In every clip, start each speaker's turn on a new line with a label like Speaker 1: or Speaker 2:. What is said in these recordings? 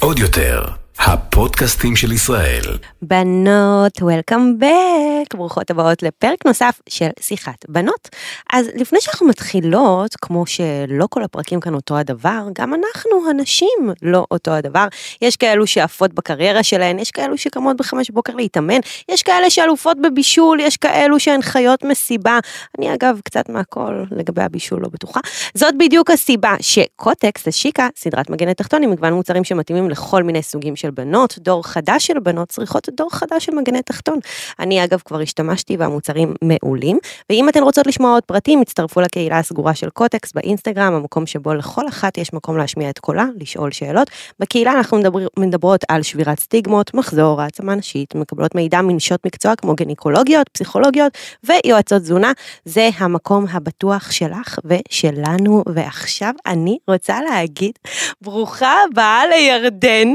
Speaker 1: עוד יותר, הפודקאסטים של ישראל.
Speaker 2: בנות, Welcome back, ברוכות הבאות לפרק נוסף של שיחת בנות. אז לפני שאנחנו מתחילות, כמו שלא כל הפרקים כאן אותו הדבר, גם אנחנו, הנשים, לא אותו הדבר. יש כאלו שעפות בקריירה שלהן, יש כאלו שקמות בחמש בוקר להתאמן, יש כאלה שאלופות בבישול, יש כאלו שהן חיות מסיבה. אני אגב, קצת מהכל לגבי הבישול לא בטוחה. זאת בדיוק הסיבה שקוטקס השיקה סדרת מגן תחתון עם מגוון מוצרים שמתאימים לכל מיני סוגים של בנות, דור חדש של בנות צריכות דור חדש של מגני תחתון. אני אגב כבר השתמשתי והמוצרים מעולים, ואם אתן רוצות לשמוע עוד פרטים, הצטרפו לקהילה הסגורה של קוטקס באינסטגרם, המקום שבו לכל אחת יש מקום להשמיע את קולה, לשאול שאלות. בקהילה אנחנו מדבר, מדברות על שבירת סטיגמות, מחזור, העצמה נשית, מקבלות מידע מנשות מקצוע כמו גניקולוגיות, פסיכולוגיות ויועצות תזונה. זה המקום הבטוח שלך ושלנו, ועכשיו אני רוצה להגיד, ברוכה הבאה לירדן,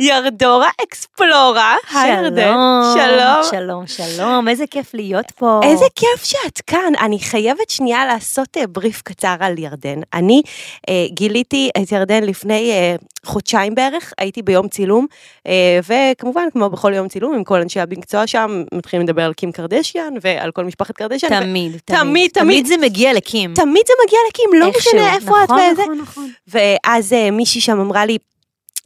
Speaker 2: ירדורה אקספלורה. היי ירדן, שלום.
Speaker 3: שלום, שלום, איזה כיף להיות פה.
Speaker 2: איזה כיף שאת כאן. אני חייבת שנייה לעשות אה, בריף קצר על ירדן. אני אה, גיליתי את ירדן לפני אה, חודשיים בערך, הייתי ביום צילום, אה, וכמובן, כמו בכל יום צילום, עם כל אנשי המקצוע שם, מתחילים לדבר על קים קרדשיאן ועל כל משפחת קרדשיאן. ו-
Speaker 3: תמיד,
Speaker 2: תמיד, תמיד.
Speaker 3: תמיד. תמיד זה מגיע לקים.
Speaker 2: תמיד זה מגיע לקים, לא
Speaker 3: איכשהו.
Speaker 2: משנה איפה את
Speaker 3: נכון,
Speaker 2: וזה.
Speaker 3: נכון, נכון.
Speaker 2: ואז אה, מישהי שם אמרה לי,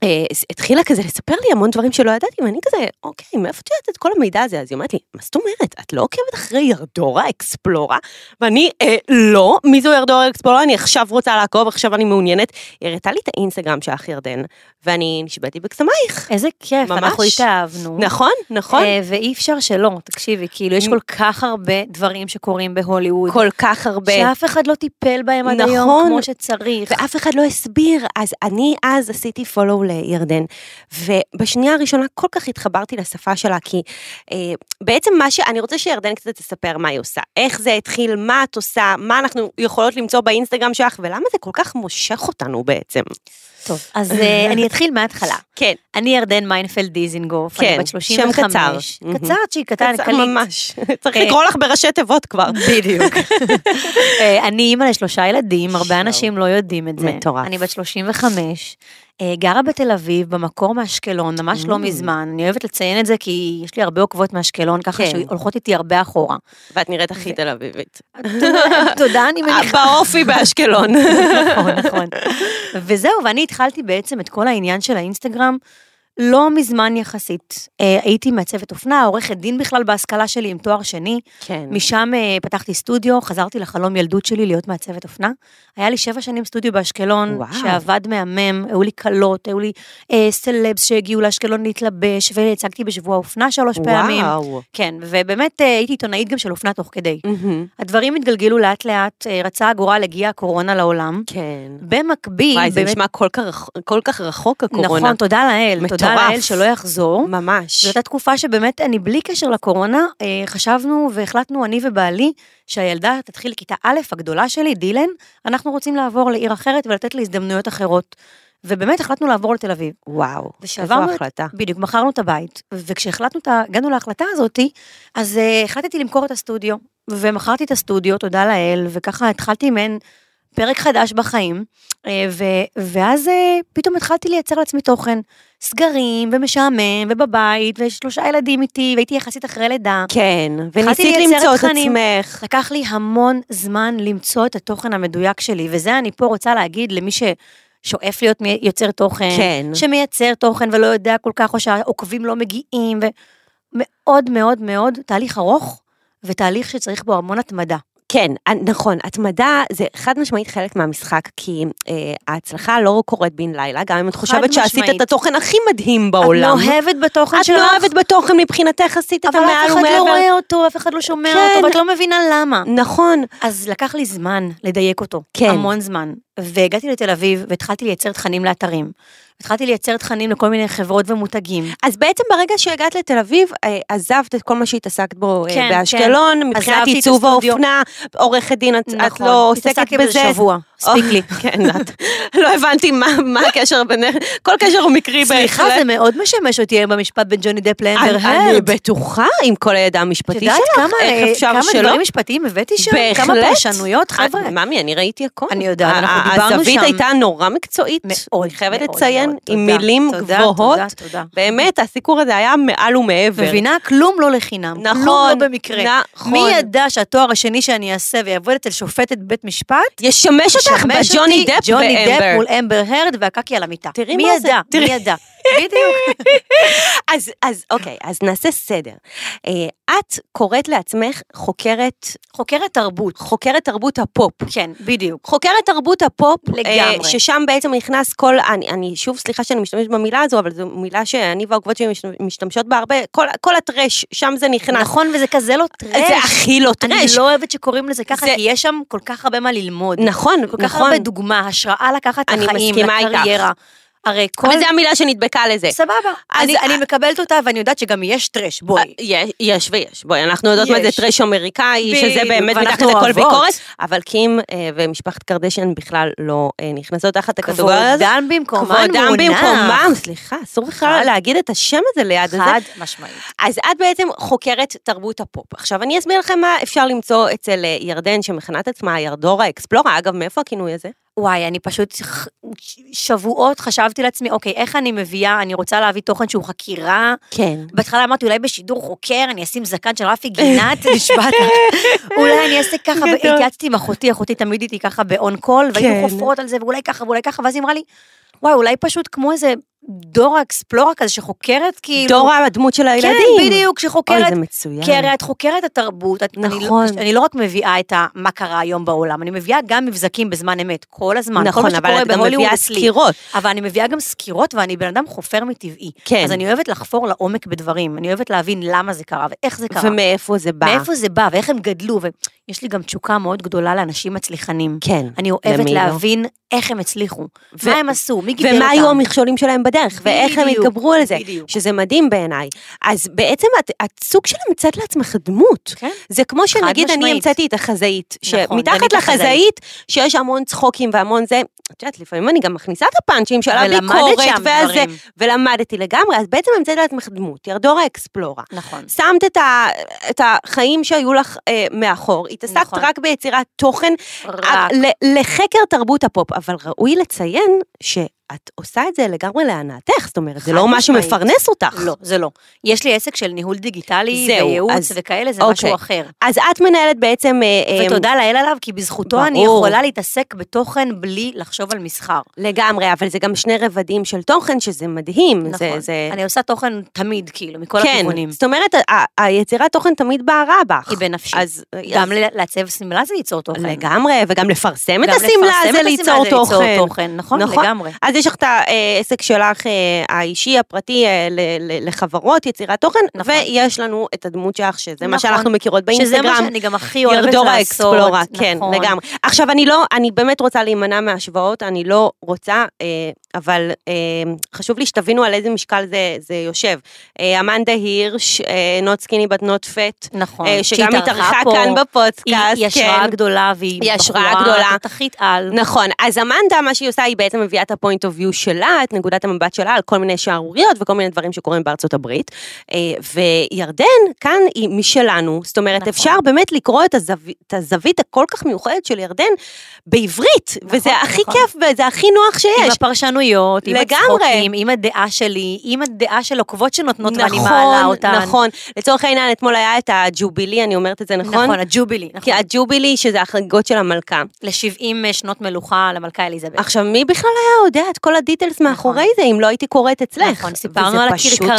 Speaker 2: אה, ס- התחילה כזה לספר לי המון דברים שלא ידעתי, ואני כזה, אוקיי, מאיפה את יודעת את כל המידע הזה? אז היא אומרת לי, מה זאת אומרת? את לא עוקבת אחרי ירדורה אקספלורה? ואני, אה, לא, מי זו ירדורה אקספלורה? אני עכשיו רוצה לעקוב, עכשיו אני מעוניינת. היא הראתה לי את האינסטגרם שלך, ירדן, ואני נשבעתי בקסמייך.
Speaker 3: איזה כיף,
Speaker 2: ממש.
Speaker 3: אנחנו התאהבנו.
Speaker 2: נכון, נכון.
Speaker 3: אה, ואי אפשר שלא, תקשיבי, כאילו, יש כל כך הרבה דברים שקורים בהוליווד,
Speaker 2: כל כך הרבה.
Speaker 3: שאף אחד לא טיפל בהם עד היום
Speaker 2: נכון.
Speaker 3: כמו שצריך.
Speaker 2: ואף אחד לא הסביר, אז אני אז עשיתי follow לירדן, ובשנייה הראשונה כל כך התחברתי לשפה שלה, כי אה, בעצם מה ש... אני רוצה שירדן קצת תספר מה היא עושה, איך זה התחיל, מה את עושה, מה אנחנו יכולות למצוא באינסטגרם שלך, ולמה זה כל כך מושך אותנו בעצם.
Speaker 3: טוב, אז אה, אני אתחיל מההתחלה.
Speaker 2: כן,
Speaker 3: אני ירדן מיינפלד דיזינגוף,
Speaker 2: כן,
Speaker 3: אני בת
Speaker 2: שם
Speaker 3: 35.
Speaker 2: קצר.
Speaker 3: קצר, שהיא קטן,
Speaker 2: קצר,
Speaker 3: קליט.
Speaker 2: ממש. צריך
Speaker 3: אה,
Speaker 2: לקרוא לך בראשי תיבות כבר.
Speaker 3: בדיוק. אה, אני אימא לשלושה ילדים, הרבה אנשים לא יודעים את זה.
Speaker 2: מטורף.
Speaker 3: אני בת 35, אה, גרה בתל אביב, במקור מאשקלון, ממש
Speaker 2: Mm.
Speaker 3: לא מזמן. אני אוהבת לציין את זה כי יש לי הרבה עוקבות מאשקלון, ככה
Speaker 2: כן.
Speaker 3: שהולכות איתי הרבה אחורה.
Speaker 2: ואת נראית הכי תל אביבית. אה,
Speaker 3: תודה, אני מניחה.
Speaker 2: באופי באשקלון.
Speaker 3: נכון, נכון. וזהו, ואני התחלתי בעצם את כל העניין של האינסטגרם לא מזמן יחסית. אה, הייתי מעצבת אופנה, עורכת דין בכלל בהשכלה שלי עם תואר שני.
Speaker 2: כן.
Speaker 3: משם אה, פתחתי סטודיו, חזרתי לחלום ילדות שלי להיות מעצבת אופנה. היה לי שבע שנים סטודיו באשקלון,
Speaker 2: וואו.
Speaker 3: וואו. שעבד מהמם, היו לי כלות, היו לי אה, סלבס שהגיעו לאשקלון להתלבש, והצגתי בשבוע אופנה שלוש פעמים.
Speaker 2: וואו.
Speaker 3: כן, ובאמת אה, הייתי עיתונאית גם של אופנה תוך כדי.
Speaker 2: מהמם.
Speaker 3: הדברים התגלגלו לאט לאט, אה, רצה הגורל, הגיעה הקורונה לעולם.
Speaker 2: כן.
Speaker 3: במקביל,
Speaker 2: וואי, זה
Speaker 3: באמת,
Speaker 2: נשמע כל כך רח- כל כך רחוק, הקורונה.
Speaker 3: נכון, תודה לאל, תודה
Speaker 2: מטורף.
Speaker 3: לאל שלא יחזור.
Speaker 2: ממש.
Speaker 3: זו הייתה תקופה שבאמת, אני בלי קשר לקורונה, אה, חשבנו והחלטנו, אני ובעלי, שהילדה תתחיל כיתה א', הגדולה שלי, דילן, אנחנו רוצים לעבור לעיר אחרת ולתת לה הזדמנויות אחרות. ובאמת החלטנו לעבור לתל אביב.
Speaker 2: וואו,
Speaker 3: ושעברנו
Speaker 2: איזו
Speaker 3: את-
Speaker 2: החלטה.
Speaker 3: בדיוק, מכרנו את הבית, וכשהחלטנו, את ה- הגענו להחלטה הזאת, אז אה, החלטתי למכור את הסטודיו, ומכרתי את הסטודיו, תודה לאל, וככה התחלתי מעין פרק חדש בחיים, אה, ו- ואז אה, פתאום התחלתי לייצר לעצמי תוכן. סגרים, ומשעמם, ובבית, ושלושה ילדים איתי, והייתי יחסית אחרי לידה.
Speaker 2: כן,
Speaker 3: התחלתי
Speaker 2: וניסית
Speaker 3: לייצר
Speaker 2: למצוא את
Speaker 3: תכנים.
Speaker 2: עצמך.
Speaker 3: לקח לי המון זמן למצוא את התוכן המדויק שלי, וזה אני פה רוצה להגיד למי ששואף להיות מי- יוצר תוכן,
Speaker 2: כן.
Speaker 3: שמייצר תוכן ולא יודע כל כך, או שהעוקבים לא מגיעים, ומאוד מאוד מאוד תהליך ארוך, ותהליך שצריך בו המון התמדה.
Speaker 2: כן, נכון, התמדה זה חד משמעית חלק מהמשחק, כי אה, ההצלחה לא קורית בן לילה, גם אם את חושבת שעשית
Speaker 3: משמעית.
Speaker 2: את התוכן הכי מדהים בעולם.
Speaker 3: את מאוהבת בתוכן
Speaker 2: את
Speaker 3: שלך,
Speaker 2: מאוהבת בתוכן מבחינתך, עשית את
Speaker 3: אבל אף
Speaker 2: המעל
Speaker 3: אחד לא
Speaker 2: ומעבר.
Speaker 3: רואה אותו, אף אחד לא שומע
Speaker 2: כן.
Speaker 3: אותו, ואת לא מבינה למה.
Speaker 2: נכון,
Speaker 3: אז לקח לי זמן לדייק אותו,
Speaker 2: כן.
Speaker 3: כן. המון זמן. והגעתי לתל אביב, והתחלתי לייצר תכנים לאתרים. התחלתי לייצר תכנים לכל מיני חברות ומותגים.
Speaker 2: אז בעצם ברגע שהגעת לתל אביב, אה, עזבת את כל מה שהתעסקת בו אה,
Speaker 3: כן, כן.
Speaker 2: באשקלון, מבחינת
Speaker 3: עזבתי את
Speaker 2: עיצוב
Speaker 3: הסטודיו. נכון,
Speaker 2: האופנה, עורכת דין, את- את לא עוסקת
Speaker 3: התעסקתי
Speaker 2: בזה,
Speaker 3: שבוע. הספיק לי.
Speaker 2: כן, את- לא הבנתי מה- מה הקשר ביניהם, כל קשר הוא מקרי בהחלט.
Speaker 3: סליחה, זה מאוד משמש אותי היום במשפט בין ג'וני דפ לאמבר
Speaker 2: אני- אני
Speaker 3: הרד.
Speaker 2: בטוחה עם כל הידע
Speaker 3: את
Speaker 2: המשפטי
Speaker 3: יודעת
Speaker 2: שלך,
Speaker 3: כמה
Speaker 2: איך
Speaker 3: אה,
Speaker 2: אפשר
Speaker 3: כמה
Speaker 2: שלא?
Speaker 3: דברים משפטיים הבאתי שם? כמה
Speaker 2: בהחלט.
Speaker 3: פרשנויות, חבר'ה?
Speaker 2: אה, ממי, אני ראיתי הכל.
Speaker 3: אני יודעת,
Speaker 2: ה-
Speaker 3: אנחנו
Speaker 2: ה-
Speaker 3: דיברנו
Speaker 2: הזווית
Speaker 3: שם.
Speaker 2: הייתה נורא מקצועית.
Speaker 3: מאוד,
Speaker 2: אני חייבת
Speaker 3: מאוד,
Speaker 2: לציין,
Speaker 3: מאוד.
Speaker 2: עם
Speaker 3: תודה,
Speaker 2: מילים
Speaker 3: תודה,
Speaker 2: גבוהות.
Speaker 3: תודה, תודה.
Speaker 2: באמת, הסיקור הזה היה מעל ומעבר.
Speaker 3: מבינה? כלום לא לחינם.
Speaker 2: נכון,
Speaker 3: כלום לא במקרה.
Speaker 2: נכון.
Speaker 3: מי ידע שהתואר השני שאני אעשה ויעבוד אצל שופטת בית משפט,
Speaker 2: ישמש אותך
Speaker 3: ישמש
Speaker 2: בג'וני
Speaker 3: אותי
Speaker 2: דפ
Speaker 3: ג'וני דפ
Speaker 2: ואמבר.
Speaker 3: מול אמבר הרד והקקי על המיטה.
Speaker 2: תראי
Speaker 3: מי
Speaker 2: מה זה,
Speaker 3: ידע?
Speaker 2: תראי.
Speaker 3: מי ידע? בדיוק.
Speaker 2: אז, אז אוקיי, אז נעשה סדר. אה, את קוראת לעצמך חוקרת,
Speaker 3: חוקרת תרבות.
Speaker 2: חוקרת תרבות הפופ.
Speaker 3: כן, בדיוק.
Speaker 2: חוקרת תרבות הפופ,
Speaker 3: לגמרי.
Speaker 2: אה, ששם בעצם נכנס כל, אני, אני שוב, סליחה שאני משתמשת במילה הזו, אבל זו מילה שאני והעוקבות שלי משת- משתמשות בה הרבה, כל, כל הטרש, שם זה נכנס.
Speaker 3: נכון, וזה כזה לא טרש.
Speaker 2: זה הכי לא
Speaker 3: אני
Speaker 2: טרש.
Speaker 3: לא אוהבת שקוראים לזה ככה,
Speaker 2: זה-
Speaker 3: כי יש שם כל כך הרבה מה ללמוד.
Speaker 2: נכון,
Speaker 3: כל כך
Speaker 2: נכון.
Speaker 3: הרבה דוגמה, השראה לקחת
Speaker 2: אני
Speaker 3: לחיים,
Speaker 2: מסכימה איתך.
Speaker 3: לקריירה. הרי כל...
Speaker 2: אבל זו המילה שנדבקה לזה.
Speaker 3: סבבה.
Speaker 2: אז-
Speaker 3: אני- אני מקבלת אותה, ואני יודעת שגם יש טרש, בואי.
Speaker 2: אה, יש, יש ויש, בואי, אנחנו יודעות מה זה
Speaker 3: יש.
Speaker 2: טרש אמריקאי, שזה
Speaker 3: בדיוק,
Speaker 2: באמת
Speaker 3: ואנחנו
Speaker 2: מתחת לכל
Speaker 3: אוהבות.
Speaker 2: ביקורת, אבל קים אה, ומשפחת קרדשן בכלל לא אה, נכנסות תחת הקטגוריה הזאת.
Speaker 3: כבודם במקומן מונח.
Speaker 2: כבודם במקומם, סליחה, אסור בכלל
Speaker 3: חד-
Speaker 2: להגיד את השם הזה ליד הזה.
Speaker 3: חד משמעית.
Speaker 2: אז את בעצם חוקרת תרבות הפופ. עכשיו, אני אסביר לכם מה אפשר למצוא אצל אה, ירדן, שמכנה את עצמה ירדורה אקספלורה, אגב, מאיפה הכינוי הזה?
Speaker 3: וואי, אני פשוט ח- שבועות חשבתי לעצמי, אוקיי, איך אני מביאה, אני רוצה להביא תוכן שהוא חקירה.
Speaker 2: כן.
Speaker 3: בהתחלה אמרתי, אולי בשידור חוקר, אני אשים זקן של רפי גינת, נשבעת לך. אולי אני אעשה ככה,
Speaker 2: גדול.
Speaker 3: התייעצתי עם אחותי, אחותי תמיד איתי ככה ב-on call,
Speaker 2: כן.
Speaker 3: והיינו חופרות על זה, ואולי ככה ואולי ככה, ואז היא אמרה לי, וואי, אולי פשוט כמו איזה דור האקספלורה כזה שחוקרת, כאילו...
Speaker 2: דורה, הדמות של
Speaker 3: כן,
Speaker 2: הילדים.
Speaker 3: בדיוק,
Speaker 2: אוי,
Speaker 3: שחוקרת
Speaker 2: זה מצוין.
Speaker 3: כי הרי את חוקרת התרבות, את,
Speaker 2: נכון.
Speaker 3: אני, לא- אני לא רק מביאה את ה, מה קרה היום בעולם, אני מביאה גם מבזקים בזמן אמת, כל הזמן, כל
Speaker 2: נכון,
Speaker 3: מה
Speaker 2: אבל
Speaker 3: שקורה
Speaker 2: את גם
Speaker 3: בהוליווד
Speaker 2: מביאה
Speaker 3: אצלי,
Speaker 2: סקירות.
Speaker 3: אבל אני מביאה גם סקירות ואני בן אדם חופר מטבעי.
Speaker 2: כן.
Speaker 3: אז אני אוהבת לחפור לעומק בדברים, אני אוהבת להבין למה זה קרה ואיך זה קרה.
Speaker 2: ומאיפה זה בא.
Speaker 3: מאיפה זה בא ואיך הם גדלו, ויש לי גם תשוקה מאוד גדולה לאנשים מצליחנים.
Speaker 2: כן.
Speaker 3: אני אוהבת
Speaker 2: למי לא?
Speaker 3: להבין איך הם הצליחו,
Speaker 2: ו-
Speaker 3: מה הם עשו, מי גידל אותם.
Speaker 2: ומה היו המכשולים שלהם בדרך, ואיך הם
Speaker 3: בדיוק,
Speaker 2: התגברו על זה,
Speaker 3: בדיוק.
Speaker 2: שזה מדהים בעיניי. אז בעצם את, את סוג של המצאת לעצמך דמות.
Speaker 3: כן.
Speaker 2: זה כמו שנגיד אני
Speaker 3: משמעית.
Speaker 2: המצאתי את החזאית,
Speaker 3: נכון,
Speaker 2: שמתחת
Speaker 3: בנית החזאית.
Speaker 2: לחזאית, שיש המון צחוקים והמון זה, את יודעת, לפעמים אני גם מכניסה את הפאנצ'ים של
Speaker 3: ולמדת
Speaker 2: הביקורת,
Speaker 3: שם
Speaker 2: והזה,
Speaker 3: דברים.
Speaker 2: ולמדתי לגמרי, אז בעצם המצאת לעצמך דמות, ירדורה אקספלורה.
Speaker 3: נכון.
Speaker 2: שמת את, ה, את החיים שהיו לך אה, מאחור, התעסקת
Speaker 3: נכון.
Speaker 2: רק ביצירת תוכן,
Speaker 3: רק.
Speaker 2: ל- לחקר תרבות הפופ, אבל ראוי לציין שאת עושה את זה לגמרי להנאתך, זאת אומרת, זה
Speaker 3: חד
Speaker 2: לא מה
Speaker 3: משמעית.
Speaker 2: שמפרנס אותך.
Speaker 3: לא, זה לא. יש לי עסק של ניהול דיגיטלי,
Speaker 2: זהו,
Speaker 3: וייעוץ
Speaker 2: אז-
Speaker 3: וכאלה, זה
Speaker 2: אוקיי.
Speaker 3: משהו אחר.
Speaker 2: אז את מנהלת בעצם... אה, אה,
Speaker 3: ותודה לאל עליו, כי בזכותו אני
Speaker 2: ברור.
Speaker 3: יכולה להתעסק בתוכן בלי לחשוב על מסחר.
Speaker 2: לגמרי, אבל זה גם שני רבדים של תוכן, שזה מדהים. זה,
Speaker 3: נכון.
Speaker 2: זה...
Speaker 3: אני עושה תוכן תמיד, כאילו, מכל
Speaker 2: כן,
Speaker 3: הכיוונים.
Speaker 2: זאת אומרת, ה- ה- היצירת תוכן תמיד בערה בך.
Speaker 3: היא בנפשי.
Speaker 2: אז...
Speaker 3: גם
Speaker 2: אז-
Speaker 3: ל- לעצב שמלה זה ליצור תוכן.
Speaker 2: לגמרי, וגם לפרסם את
Speaker 3: גם
Speaker 2: השמלה
Speaker 3: לפרסם
Speaker 2: זה
Speaker 3: את
Speaker 2: ליצור
Speaker 3: זה
Speaker 2: תוכן.
Speaker 3: תוכן. נכון, לגמרי.
Speaker 2: אז יש לך את העסק שלך אה, האישי, הפרטי, אה, ל- ל- לחברות, יצירת תוכן,
Speaker 3: נכון.
Speaker 2: ויש לנו את הדמות שלך, שזה מה
Speaker 3: נכון.
Speaker 2: שאנחנו מכירות
Speaker 3: שזה מה
Speaker 2: באינסטגרם.
Speaker 3: שאני גם הכי אוהבת לעשות.
Speaker 2: ירדורה אקספלורה, כן,
Speaker 3: נכון.
Speaker 2: לגמרי. עכשיו, אני לא, אני באמת רוצה להימנע מהשוואות, אני לא רוצה, אה, אבל אה, חשוב לי שתבינו על איזה משקל זה- זה יושב. אה, אמנדה הירש, אה, נוט סקיני בת נוט פט,
Speaker 3: נכון.
Speaker 2: אה, שגם
Speaker 3: שהתארחה
Speaker 2: התארחה
Speaker 3: פה,
Speaker 2: כאן
Speaker 3: היא-
Speaker 2: בפודקאסט,
Speaker 3: היא השראה
Speaker 2: כן.
Speaker 3: גדולה, והיא
Speaker 2: היא השראה גדולה.
Speaker 3: בחורה תותחית על.
Speaker 2: נכון, אז אמנדה, מה שהיא עושה, היא בעצם מביאה את ה-point of view שלה, את נקודת המבט שלה על כל מיני שערוריות וכל מיני דברים שקורים בארצות הברית. אה, וירדן, כאן היא משלנו, זאת אומרת,
Speaker 3: נכון.
Speaker 2: אפשר באמת לקרוא את, הזו... את הזווית הכל כך מיוחדת של ירדן בעברית,
Speaker 3: נכון,
Speaker 2: וזה הכי
Speaker 3: נכון.
Speaker 2: כיף וזה הכי נוח
Speaker 3: עם
Speaker 2: שיש.
Speaker 3: הפרשנויות, עם
Speaker 2: לגמרי.
Speaker 3: הצחוקים, עם הדעה שלי, עם הדעה של עוקבות שנותנות ואני מעלה
Speaker 2: נכון,
Speaker 3: אותן.
Speaker 2: נכון. לצורך העניין, אתמול היה את הג'ובילי, אני אומרת את זה נכון?
Speaker 3: נכון, הג'ובילי, נכון.
Speaker 2: כי הג'ובילי, שזה החגיגות של המלכה.
Speaker 3: ל-70 שנות מלוכה למלכה אליזבת.
Speaker 2: עכשיו, מי בכלל היה יודע את כל הדיטלס מאחורי זה, אם לא הייתי קוראת אצלך?
Speaker 3: נכון, סיפרנו על הכרכרה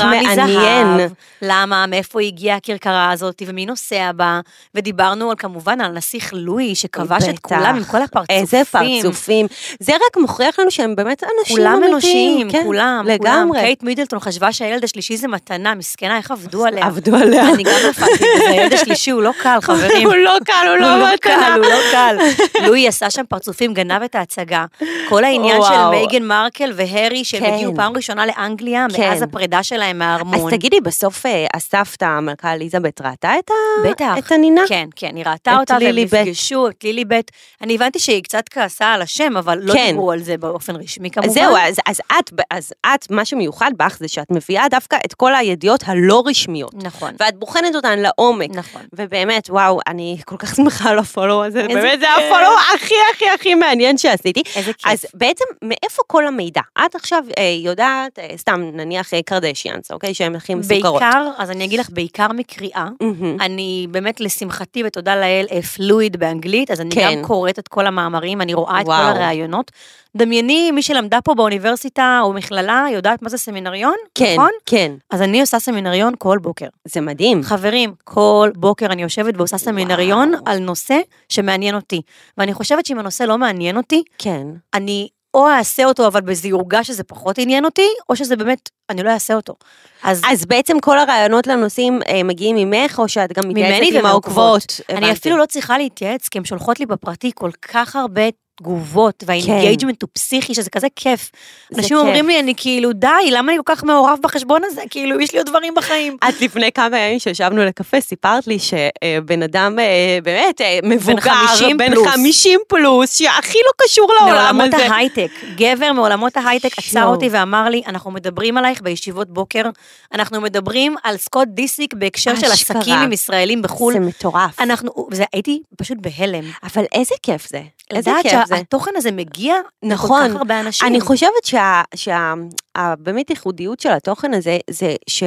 Speaker 2: וזה פשוט מעניין.
Speaker 3: מזהב, למה, מאיפה הגיעה הכרכרה הזאת ומי נוסע בה, ודיברנו על כמובן על הנסיך לואי שכבש את
Speaker 2: בטח.
Speaker 3: כולם עם כל הפרצופים.
Speaker 2: איזה פרצופים. זה רק מוכיח לנו שהם באמת אנשים
Speaker 3: כולם אנושיים,
Speaker 2: כן,
Speaker 3: כולם, כולם.
Speaker 2: לגמרי.
Speaker 3: קייט מידלטון חשבה שהילד השלישי זה מתנה, מסכנה, איך עבדו עליה.
Speaker 2: עבדו עליה.
Speaker 3: אני גם נפלתי, בזה, הילד השלישי הוא לא קל, חברים.
Speaker 2: הוא לא קל, הוא לא מתנה.
Speaker 3: הוא לא קל. לואי עשה שם פרצופים, גנב את ההצגה. כל העניין של
Speaker 2: וואו.
Speaker 3: מייגן מרקל והרי, שהם
Speaker 2: כן.
Speaker 3: הגיעו פעם ראשונה לאנגליה,
Speaker 2: כן.
Speaker 3: מאז הפרידה שלהם
Speaker 2: אז
Speaker 3: מהארמון.
Speaker 2: תגידי, בסוף אה, הסבתא, המלכה אליזבת, ראתה את ה-
Speaker 3: בטח.
Speaker 2: את הנינה?
Speaker 3: כן, כן, היא ראתה
Speaker 2: את
Speaker 3: אותה, והם
Speaker 2: לילי בית.
Speaker 3: נפגשו, את לילי בית. אני הבנתי שהיא קצת כעסה על השם, אבל לא
Speaker 2: כן.
Speaker 3: דיברו על זה באופן רשמי כמובן.
Speaker 2: אז זהו, אז, אז, את, אז את, מה שמיוחד בך זה שאת מביאה דווקא את כל הידיעות הלא רשמיות.
Speaker 3: נכון,
Speaker 2: ואת בוחנת אותן לעומק.
Speaker 3: נכון.
Speaker 2: ובאמת, וואו, אני כל כך שמחה על הפולו הזה,
Speaker 3: איזה
Speaker 2: באמת זה
Speaker 3: כיף.
Speaker 2: הפולו הכי הכי הכי מעניין שעשיתי.
Speaker 3: איזה כיף.
Speaker 2: אז בעצם, מאיפה כל המידע? את עכשיו אה, יודעת, אה, סתם, נניח אה, קרדשיאנס, אוקיי? שהן הכי מסוכרות.
Speaker 3: בעיקר, אה, אז אני אגיד לך, בעיקר מקריאה.
Speaker 2: מהמם.
Speaker 3: אני באמת, לשמחתי ותודה לאל, אה, פלואיד באנגלית, אז אני
Speaker 2: כן.
Speaker 3: גם קוראת את כל המאמרים, אני רואה את כל
Speaker 2: וואו.
Speaker 3: הראיונות. דמייני, מי שלמדה פה באוניברסיטה או מכללה, יודעת מה זה סמינריון,
Speaker 2: כן,
Speaker 3: נכון?
Speaker 2: כן.
Speaker 3: אז אני עושה סמינריון כל בוקר.
Speaker 2: זה מדהים.
Speaker 3: חברים, כל בוקר אני יושבת ועושה סמינריון
Speaker 2: וואו.
Speaker 3: על נושא שמעניין אותי. ואני חושבת שאם הנושא לא מעניין אותי,
Speaker 2: כן.
Speaker 3: אני או אעשה אותו אבל בזיורגה שזה פחות עניין אותי, או שזה באמת, אני לא אעשה אותו. אז
Speaker 2: אז בעצם כל הרעיונות לנושאים אה, מגיעים ממך, או שאת גם מתייעצת עם העוקבות?
Speaker 3: אני
Speaker 2: הבנתי.
Speaker 3: אפילו לא צריכה להתייעץ, כי הן שולחות לי בפרטי כל כך הרבה תגובות, והאינגייג'מנט הוא פסיכי, שזה כזה כיף.
Speaker 2: כן. זה
Speaker 3: אנשים
Speaker 2: כיף.
Speaker 3: אומרים לי, אני כאילו, די, למה אני כל כך מעורב בחשבון הזה? כאילו, יש לי עוד דברים בחיים.
Speaker 2: את לפני כמה ימים שישבנו לקפה, סיפרת לי שבן אדם אה, באמת אה, מבוגר,
Speaker 3: 50 פלוס.
Speaker 2: 50 פלוס, שהכי לא קשור לעולם
Speaker 3: מעולמות
Speaker 2: הזה.
Speaker 3: ההייטק, גבר מעולמות ההייטק עצר
Speaker 2: יואו.
Speaker 3: אותי ואמר לי, אנחנו מדברים עלייך בישיבות בוקר, אנחנו מדברים על סקוט דיסיק בהקשר של
Speaker 2: אשכרה.
Speaker 3: עסקים עם ישראלים בחו"ל.
Speaker 2: זה מטורף.
Speaker 3: אנחנו, זה- הייתי פשוט בהלם.
Speaker 2: אבל איזה כיף זה. איזה
Speaker 3: לדעת
Speaker 2: כיף זה.
Speaker 3: שהתוכן הזה מגיע לכל
Speaker 2: נכון.
Speaker 3: כך הרבה אנשים.
Speaker 2: אני חושבת שה... שה... ה- באמת ייחודיות של התוכן הזה, זה ש...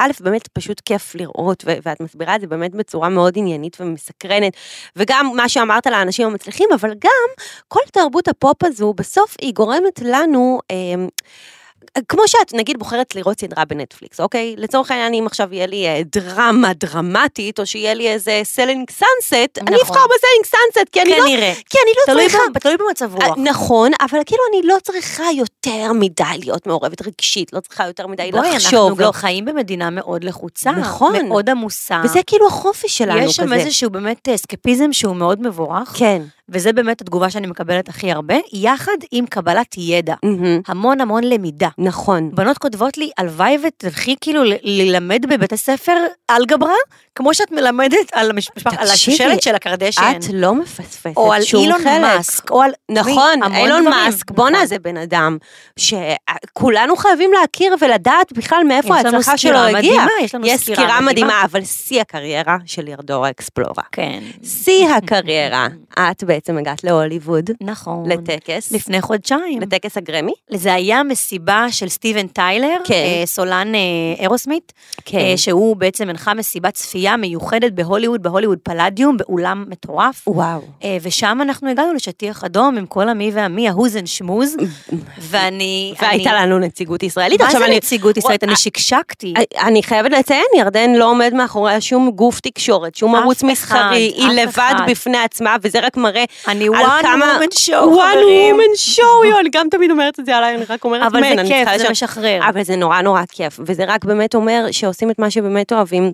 Speaker 2: א', באמת פשוט כיף לראות, ו- ואת מסבירה את זה באמת בצורה מאוד עניינית ומסקרנת, וגם מה שאמרת לאנשים המצליחים, אבל גם כל תרבות הפופ הזו, בסוף היא גורמת לנו, אמ, כמו שאת נגיד בוחרת לראות סדרה בנטפליקס, אוקיי? לצורך העניין, אם עכשיו יהיה לי אה, דרמה דרמטית, או שיהיה לי איזה סלינג סאנסט, אני
Speaker 3: נכון.
Speaker 2: אבחר בסלינג סאנסט, כי אני לא...
Speaker 3: כנראה.
Speaker 2: כי אני לא
Speaker 3: תלוי
Speaker 2: צריכה...
Speaker 3: ב- תלוי במצב רוח.
Speaker 2: נכון, אבל כאילו אני לא צריכה יותר מדי להיות מעורבת רגשית, לא צריכה יותר מדי
Speaker 3: בואי, אנחנו
Speaker 2: לחשוב,
Speaker 3: גם
Speaker 2: לא.
Speaker 3: חיים במדינה מאוד לחוצה,
Speaker 2: נכון.
Speaker 3: מאוד עמוסה.
Speaker 2: וזה כאילו החופש שלנו כזה.
Speaker 3: יש שם איזשהו באמת אסקפיזם שהוא מאוד מבורך,
Speaker 2: כן.
Speaker 3: וזה באמת התגובה שאני מקבלת הכי הרבה, יחד עם קבלת ידע.
Speaker 2: מהמם.
Speaker 3: המון המון למידה.
Speaker 2: נכון.
Speaker 3: בנות כותבות לי, הלוואי ותלכי כאילו ל- ללמד בבית הספר אלגברה, כמו שאת מלמדת על המש- על
Speaker 2: תקשיבי,
Speaker 3: השושלת של הקרדשן.
Speaker 2: את לא מפספסת
Speaker 3: כן. או על
Speaker 2: שום
Speaker 3: אילון
Speaker 2: חלק.
Speaker 3: מאסק, או על...
Speaker 2: נכון,
Speaker 3: המון
Speaker 2: אילון
Speaker 3: דברים.
Speaker 2: מאסק, בואנה
Speaker 3: נכון.
Speaker 2: זה בן אדם שכולנו חייבים להכיר ולדעת בכלל מאיפה
Speaker 3: יש לנו
Speaker 2: ההצלחה שלו
Speaker 3: סקירה
Speaker 2: הגיעה.
Speaker 3: מדהימה, יש לנו
Speaker 2: יש
Speaker 3: סקירה
Speaker 2: סקירה
Speaker 3: מדהימה.
Speaker 2: מדהימה, אבל שיא הקריירה של ירדורה אקספלורה.
Speaker 3: כן.
Speaker 2: שיא הקריירה, את בעצם הגעת להוליווד,
Speaker 3: נכון.
Speaker 2: לטקס,
Speaker 3: לפני חודשיים.
Speaker 2: לטקס הגרמי.
Speaker 3: זה היה מסיבה של סטיבן טיילר,
Speaker 2: כן.
Speaker 3: אה, סולן אה, אירוסמית, אה, שהוא בעצם הנחה מסיבת צפייה מיוחדת בהוליווד, בהוליווד פלדיום, באולם מטורף.
Speaker 2: וואו.
Speaker 3: אה, ושם אנחנו הגענו לשטיח אדום עם כל המי והמי, ההוז אנד שמוז, ואני...
Speaker 2: והייתה
Speaker 3: אני-
Speaker 2: לנו נציגות ישראלית.
Speaker 3: מה
Speaker 2: עכשיו
Speaker 3: זה
Speaker 2: אני-
Speaker 3: נציגות ישראלית? אני
Speaker 2: אה,
Speaker 3: שקשקתי.
Speaker 2: אני חייבת לציין, ירדן לא עומד מאחוריה שום גוף תקשורת, שום
Speaker 3: אף
Speaker 2: ערוץ
Speaker 3: אחד,
Speaker 2: מסחרי, היא
Speaker 3: אף
Speaker 2: לבד
Speaker 3: אחד.
Speaker 2: בפני עצמה, וזה רק מראה
Speaker 3: אני
Speaker 2: על
Speaker 3: one
Speaker 2: כמה...
Speaker 3: woman show,
Speaker 2: one
Speaker 3: חברים.
Speaker 2: woman show, יו, אני גם תמיד אומרת את זה עליי, אני רק אומרת,
Speaker 3: אבל
Speaker 2: "מן,
Speaker 3: זה
Speaker 2: אני
Speaker 3: כיף,
Speaker 2: צריכה אה,
Speaker 3: זה
Speaker 2: לשבת."
Speaker 3: משחרר.
Speaker 2: אבל זה נורא נורא כיף, וזה רק באמת אומר שעושים את מה שבאמת אוהבים.